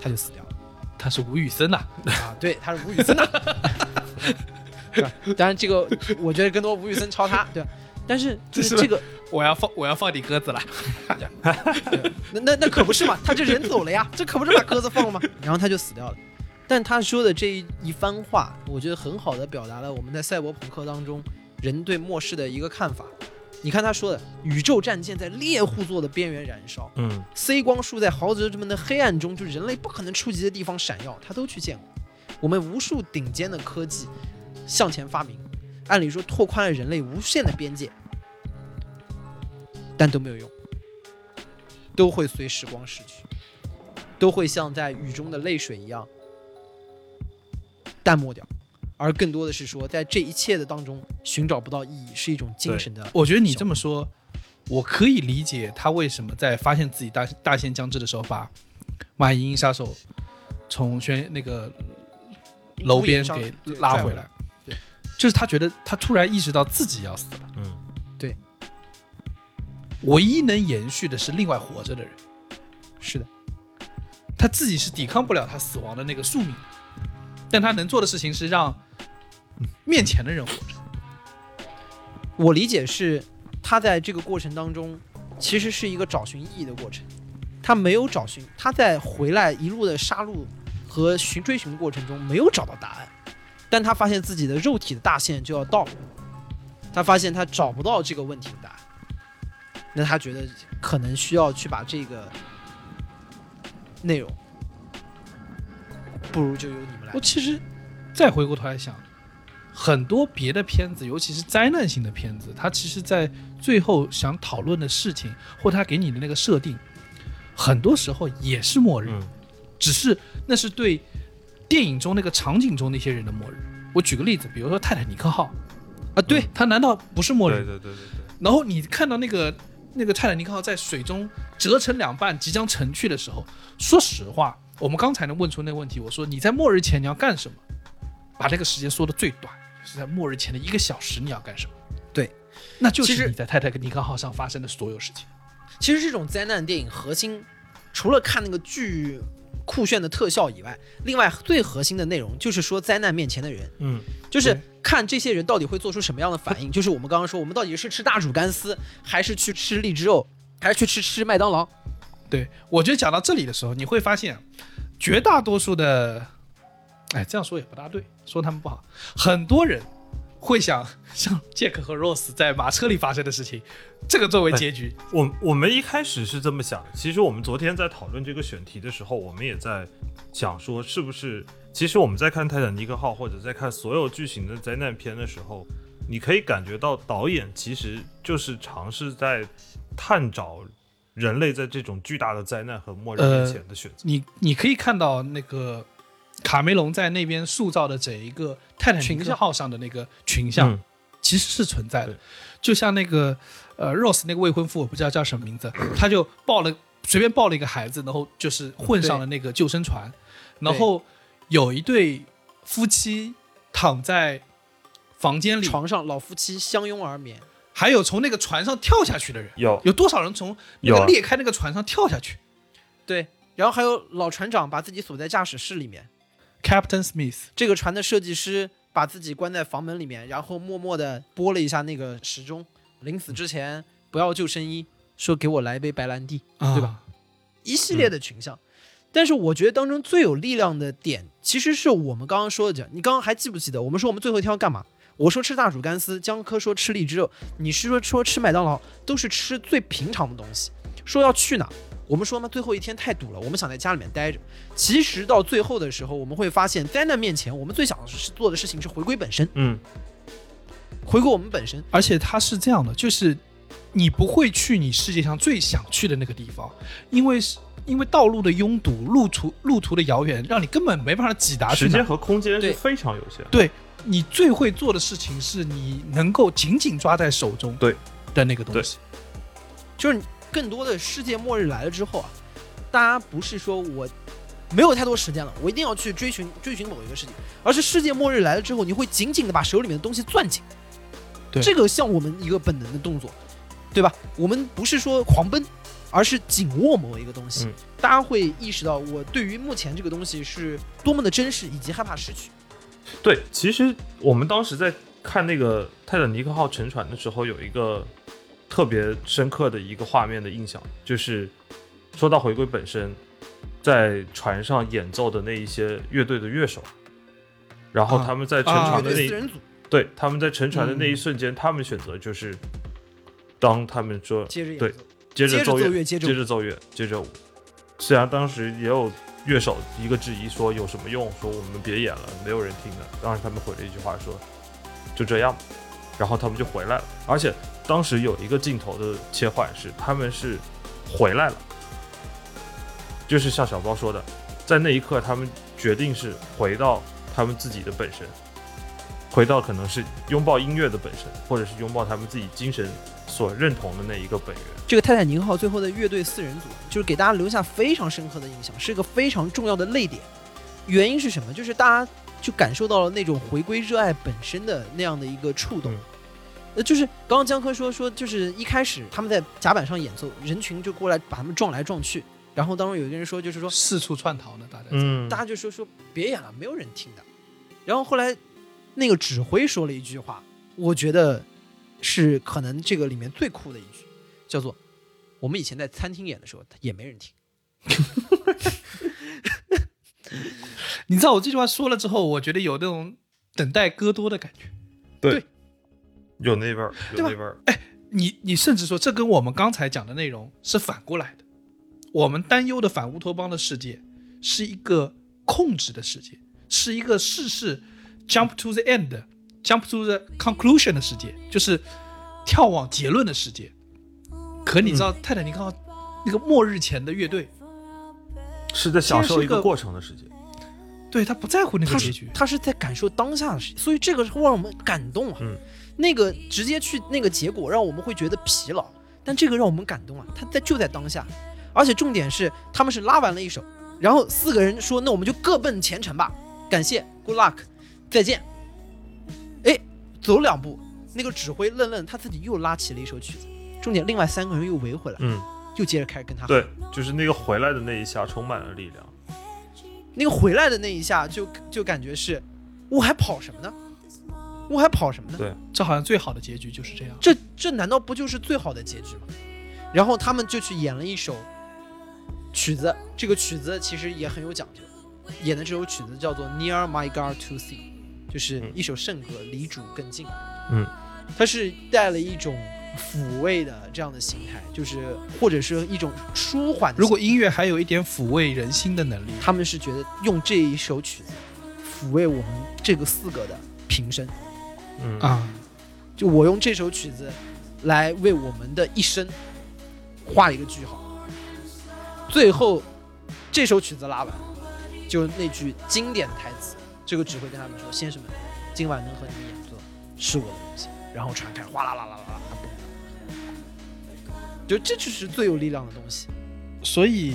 [SPEAKER 2] 他就死掉了。
[SPEAKER 1] 他是吴宇森呐、
[SPEAKER 2] 啊，对，他是吴宇森的。对当然，这个我觉得更多吴宇森抄他，对吧。但 是就是
[SPEAKER 1] 这是
[SPEAKER 2] 这个，
[SPEAKER 1] 我要放我要放你鸽子了，
[SPEAKER 2] 那那那可不是嘛，他这人走了呀，这可不是把鸽子放了 吗？然后他就死掉了。但他说的这一一番话，我觉得很好的表达了我们在赛博朋克当中人对末世的一个看法。你看他说的，宇宙战舰在猎户座的边缘燃烧，
[SPEAKER 3] 嗯
[SPEAKER 2] C 光束在豪泽之门的黑暗中，就人类不可能触及的地方闪耀，他都去见过。我们无数顶尖的科技向前发明，按理说拓宽了人类无限的边界，但都没有用，都会随时光逝去，都会像在雨中的泪水一样淡漠掉。而更多的是说，在这一切的当中寻找不到意义，是一种精神的。
[SPEAKER 1] 我觉得你这么说，我可以理解他为什么在发现自己大大限将至的时候，把蚂蚁鹰杀手从轩那个楼边给拉回来。
[SPEAKER 2] 对，
[SPEAKER 1] 就是他觉得他突然意识到自己要死了，
[SPEAKER 3] 嗯，
[SPEAKER 1] 唯一能延续的是另外活着的人，
[SPEAKER 2] 是的，
[SPEAKER 1] 他自己是抵抗不了他死亡的那个宿命，但他能做的事情是让面前的人活着。
[SPEAKER 2] 我理解是，他在这个过程当中，其实是一个找寻意义的过程。他没有找寻，他在回来一路的杀戮和寻追寻过程中没有找到答案，但他发现自己的肉体的大限就要到了，他发现他找不到这个问题的答案，那他觉得可能需要去把这个内容，不如就由你们来
[SPEAKER 1] 我。其实再回过头来想，很多别的片子，尤其是灾难性的片子，它其实在最后想讨论的事情，或它给你的那个设定，很多时候也是末日，
[SPEAKER 3] 嗯
[SPEAKER 1] 只是那是对电影中那个场景中那些人的末日。我举个例子，比如说泰坦尼克号，
[SPEAKER 2] 啊，对，
[SPEAKER 1] 它难道不是末
[SPEAKER 3] 对
[SPEAKER 1] 日？
[SPEAKER 3] 对对对对，
[SPEAKER 1] 然后你看到那个那个泰坦尼克号在水中折成两半，即将沉去的时候，说实话，我们刚才能问出那个问题，我说你在末日前你要干什么？把这个时间缩的最短，就是在末日前的一个小时你要干什么？
[SPEAKER 2] 对，
[SPEAKER 1] 那就
[SPEAKER 2] 其实
[SPEAKER 1] 是你在泰坦尼克号上发生的所有事情。
[SPEAKER 2] 其实这种灾难电影核心，除了看那个巨酷炫的特效以外，另外最核心的内容就是说灾难面前的人，
[SPEAKER 3] 嗯，
[SPEAKER 2] 就是
[SPEAKER 1] 对
[SPEAKER 2] 看这些人到底会做出什么样的反应。就是我们刚刚说，我们到底是吃大煮干丝，还是去吃荔枝肉，还是去吃吃麦当劳？
[SPEAKER 1] 对，我觉得讲到这里的时候，你会发现，绝大多数的，哎，这样说也不大对，说他们不好，很多人会想像杰克和 Rose 在马车里发生的事情，这个作为结局。
[SPEAKER 3] 我我们一开始是这么想的，其实我们昨天在讨论这个选题的时候，我们也在想说，是不是其实我们在看《泰坦尼克号》或者在看所有巨型的灾难片的时候，你可以感觉到导演其实就是尝试在探找人类在这种巨大的灾难和末日面前的选择。
[SPEAKER 1] 你你可以看到那个卡梅隆在那边塑造的整一个泰坦尼克号上的那个群像，
[SPEAKER 3] 嗯
[SPEAKER 1] 其实是存在的
[SPEAKER 3] 对。
[SPEAKER 1] 就像那个呃 Rose 那个未婚夫，我不知道叫什么名字，他就抱了随便抱了一个孩子，然后就是混上了那个救生船，然后有一对夫妻躺在房间里，
[SPEAKER 2] 床上老夫妻相拥而眠，
[SPEAKER 1] 还有从那个船上跳下去的人，
[SPEAKER 3] 有
[SPEAKER 1] 有多少人从那
[SPEAKER 3] 有
[SPEAKER 1] 个
[SPEAKER 3] 啊
[SPEAKER 1] 裂开那个船上跳下去
[SPEAKER 2] 对，然后还有老船长把自己锁在驾驶室里面，
[SPEAKER 1] ？Captain Smith，
[SPEAKER 2] 这个船的设计师把自己关在房门里面，然后默默地拨了一下那个时钟，临死之前不要救生衣，说给我来一杯白兰地，
[SPEAKER 1] 对
[SPEAKER 2] 对
[SPEAKER 1] 吧
[SPEAKER 2] 吧？？一系列的群像。但是我觉得当中最有力量的点，其实是我们刚刚说的讲，你刚刚还记不记得？我们说我们最后一天要干嘛？我说吃大煮干丝，江科说吃荔枝肉，你是说说吃麦当劳，都是吃最平常的东西。说要去哪？我们说嘛，最后一天太堵了，我们想在家里面待着。其实到最后的时候，我们会发现，灾难面前，我们最想是做的事情是回归本身，
[SPEAKER 3] 嗯，
[SPEAKER 2] 回归我们本身。
[SPEAKER 1] 而且它是这样的，就是你不会去你世界上最想去的那个地方，因为是因为道路的拥堵、路途路途的遥远，让你根本没办法抵达
[SPEAKER 3] 时
[SPEAKER 1] 去哪
[SPEAKER 3] 间和空间
[SPEAKER 2] 对
[SPEAKER 3] 是非常有限。
[SPEAKER 1] 对你最会做的事情是你能够紧紧抓在手中
[SPEAKER 3] 对
[SPEAKER 1] 的那个东西。
[SPEAKER 2] 就是更多的世界末日来了之后啊，大家不是说我没有太多时间了，我一定要去追寻追寻某一个事情，而是世界末日来了之后，你会紧紧的把手里面的东西攥紧。
[SPEAKER 1] 对
[SPEAKER 2] 这个像我们一个本能的动作，对吧？我们不是说狂奔，而是紧握某一个东西。
[SPEAKER 3] 嗯
[SPEAKER 2] 大家会意识到，我对于目前这个东西是多么的珍视，以及害怕失去。
[SPEAKER 3] 对，其实我们当时在看那个泰坦尼克号沉船的时候，有一个特别深刻的一个画面的印象，就是说到回归本身，在船上演奏的那一些乐队的乐手，然后
[SPEAKER 1] 啊
[SPEAKER 3] 他们在沉
[SPEAKER 1] 啊
[SPEAKER 2] 乐
[SPEAKER 3] 船的那
[SPEAKER 2] 队
[SPEAKER 3] 一、
[SPEAKER 2] 四人嗯组
[SPEAKER 3] 对他们在沉船的那一瞬间，他们选择就是当他们说
[SPEAKER 2] 接着演
[SPEAKER 3] 对
[SPEAKER 2] 奏
[SPEAKER 3] 接
[SPEAKER 2] 接
[SPEAKER 3] 着
[SPEAKER 2] 着
[SPEAKER 3] 奏
[SPEAKER 2] 奏
[SPEAKER 3] 乐，
[SPEAKER 2] 乐，接着
[SPEAKER 3] 接着奏乐，接着舞。虽然当时也有乐手一个质疑说有什么用，说我们别演了，没有人听的。当时他们回了一句话说就这样吧，然后他们就回来了。而且当时有一个镜头的切换是他们是回来了，就是像小包说的，在那一刻他们决定是回到他们自己的本身。回到可能是拥抱音乐的本身，或者是拥抱他们自己精神所认同的那一个本源。
[SPEAKER 2] 这个泰坦尼克号最后的乐队四人组，就是给大家留下非常深刻的印象，是一个非常重要的泪点。原因是什么？就是大家就感受到了那种回归热爱本身的那样的一个触动
[SPEAKER 3] 嗯。
[SPEAKER 2] 呃，就是刚刚江科说说，就是一开始他们在甲板上演奏，人群就过来把他们撞来撞去，然后当中有一个人说，就是说
[SPEAKER 1] 四处窜逃呢，大家。
[SPEAKER 3] 嗯
[SPEAKER 2] 大家就说说别演了，没有人听的。然后后来那个指挥说了一句话，我觉得是可能这个里面最酷的一句，叫做“我们以前在餐厅演的时候也没人听
[SPEAKER 1] 你知道我这句话说了之后，我觉得有那种等待戈多的感觉。
[SPEAKER 3] 有那味儿，
[SPEAKER 2] 对
[SPEAKER 3] 有
[SPEAKER 2] 吧哎
[SPEAKER 3] 那味儿。
[SPEAKER 1] 你你甚至说，这跟我们刚才讲的内容是反过来的。我们担忧的反乌托邦的世界是一个控制的世界，是一个事事 jump to the end、jump to the conclusion 的世界，就是跳往结论的世界。可你知道
[SPEAKER 2] 嗯
[SPEAKER 1] 泰坦尼克号那个末日前的乐队，
[SPEAKER 3] 是在享
[SPEAKER 1] 现在
[SPEAKER 3] 受
[SPEAKER 1] 是
[SPEAKER 3] 一
[SPEAKER 1] 一个
[SPEAKER 3] 个过程的世界。
[SPEAKER 1] 对他不在乎那个
[SPEAKER 2] 他
[SPEAKER 1] 结
[SPEAKER 2] 是
[SPEAKER 1] 局，
[SPEAKER 2] 他是在感受当下的事情，所以这个是会让我们感动啊。
[SPEAKER 3] 嗯
[SPEAKER 2] 那个直接去那个结果，让我们会觉得疲劳，但这个让我们感动啊，他在就在当下，而且重点是他们是拉完了一手，然后四个人说那我们就各奔前程吧，感谢，good luck，再见。哎，走两步，那个指挥愣愣他自己又拉起了一首曲子，重点另外三个人又围回来，
[SPEAKER 3] 嗯，
[SPEAKER 2] 又接着开始跟他
[SPEAKER 3] 对，就是那个回来的那一下充满了力量。
[SPEAKER 2] 那个回来的那一下就就感觉是，我还跑什么呢？我还跑什么呢？
[SPEAKER 3] 对
[SPEAKER 1] 这好像最好的结局就是这样。
[SPEAKER 2] 这这难道不就是最好的结局吗？然后他们就去演了一首曲子，这个曲子其实也很有讲究，演的这首曲子叫做《Near My God to See》，就是
[SPEAKER 1] 嗯
[SPEAKER 2] 一首圣歌，离主更近。
[SPEAKER 3] 嗯，
[SPEAKER 2] 它是带了一种抚慰的这样的形态，就是或者是一种舒缓的形态。
[SPEAKER 1] 如果音乐还有一点抚慰人心的能力，
[SPEAKER 2] 他们是觉得用这一首曲子抚慰我们这个四个的平生，
[SPEAKER 3] 嗯，
[SPEAKER 1] 啊，
[SPEAKER 2] 就我用这首曲子来为我们的一生画一个句号。最后，这首曲子拉完，就那句经典的台词，这个指挥跟他们说：“先生们，今晚能和你们演奏是我的荣幸。”然后船开，哗啦啦啦啦啦，它嘣就这就是最有力量的东西。
[SPEAKER 1] 所以，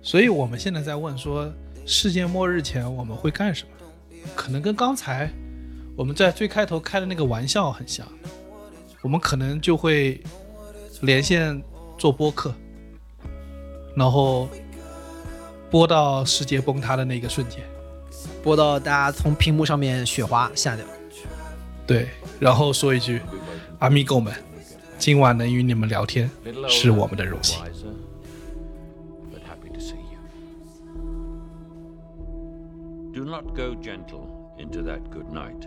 [SPEAKER 1] 所以我们现在在问说，世界末日前我们会干什么？可能跟刚才我们在最开头开的那个玩笑很像，我们可能就会连线做播客，然后播到世界崩塌的那个瞬间，
[SPEAKER 2] 播到大家从屏幕上面雪花下掉。
[SPEAKER 1] 对，然后说一句，阿米狗们，今晚能与你们聊天是我们的荣幸。
[SPEAKER 4] But happy to see you. Do not go gentle into that good night.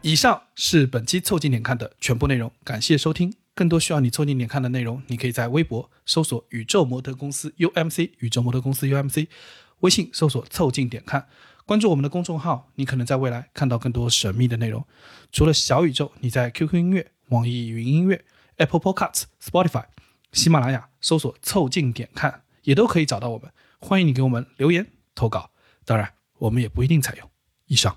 [SPEAKER 1] 以上是本期凑近点看的全部内容，感谢收听。更多需要你凑近点看的内容，你可以在微博搜索“宇宙模特公司 UMC”，宇宙模特公司 UMC，微信搜索“凑近点看”，关注我们的公众号，你可能在未来看到更多神秘的内容。除了小宇宙，你在 QQ 音乐、网易云音乐、Apple Podcasts、Spotify、喜马拉雅搜索“凑近点看”，也都可以找到我们。欢迎你给我们留言投稿，当然我们也不一定采用。以上。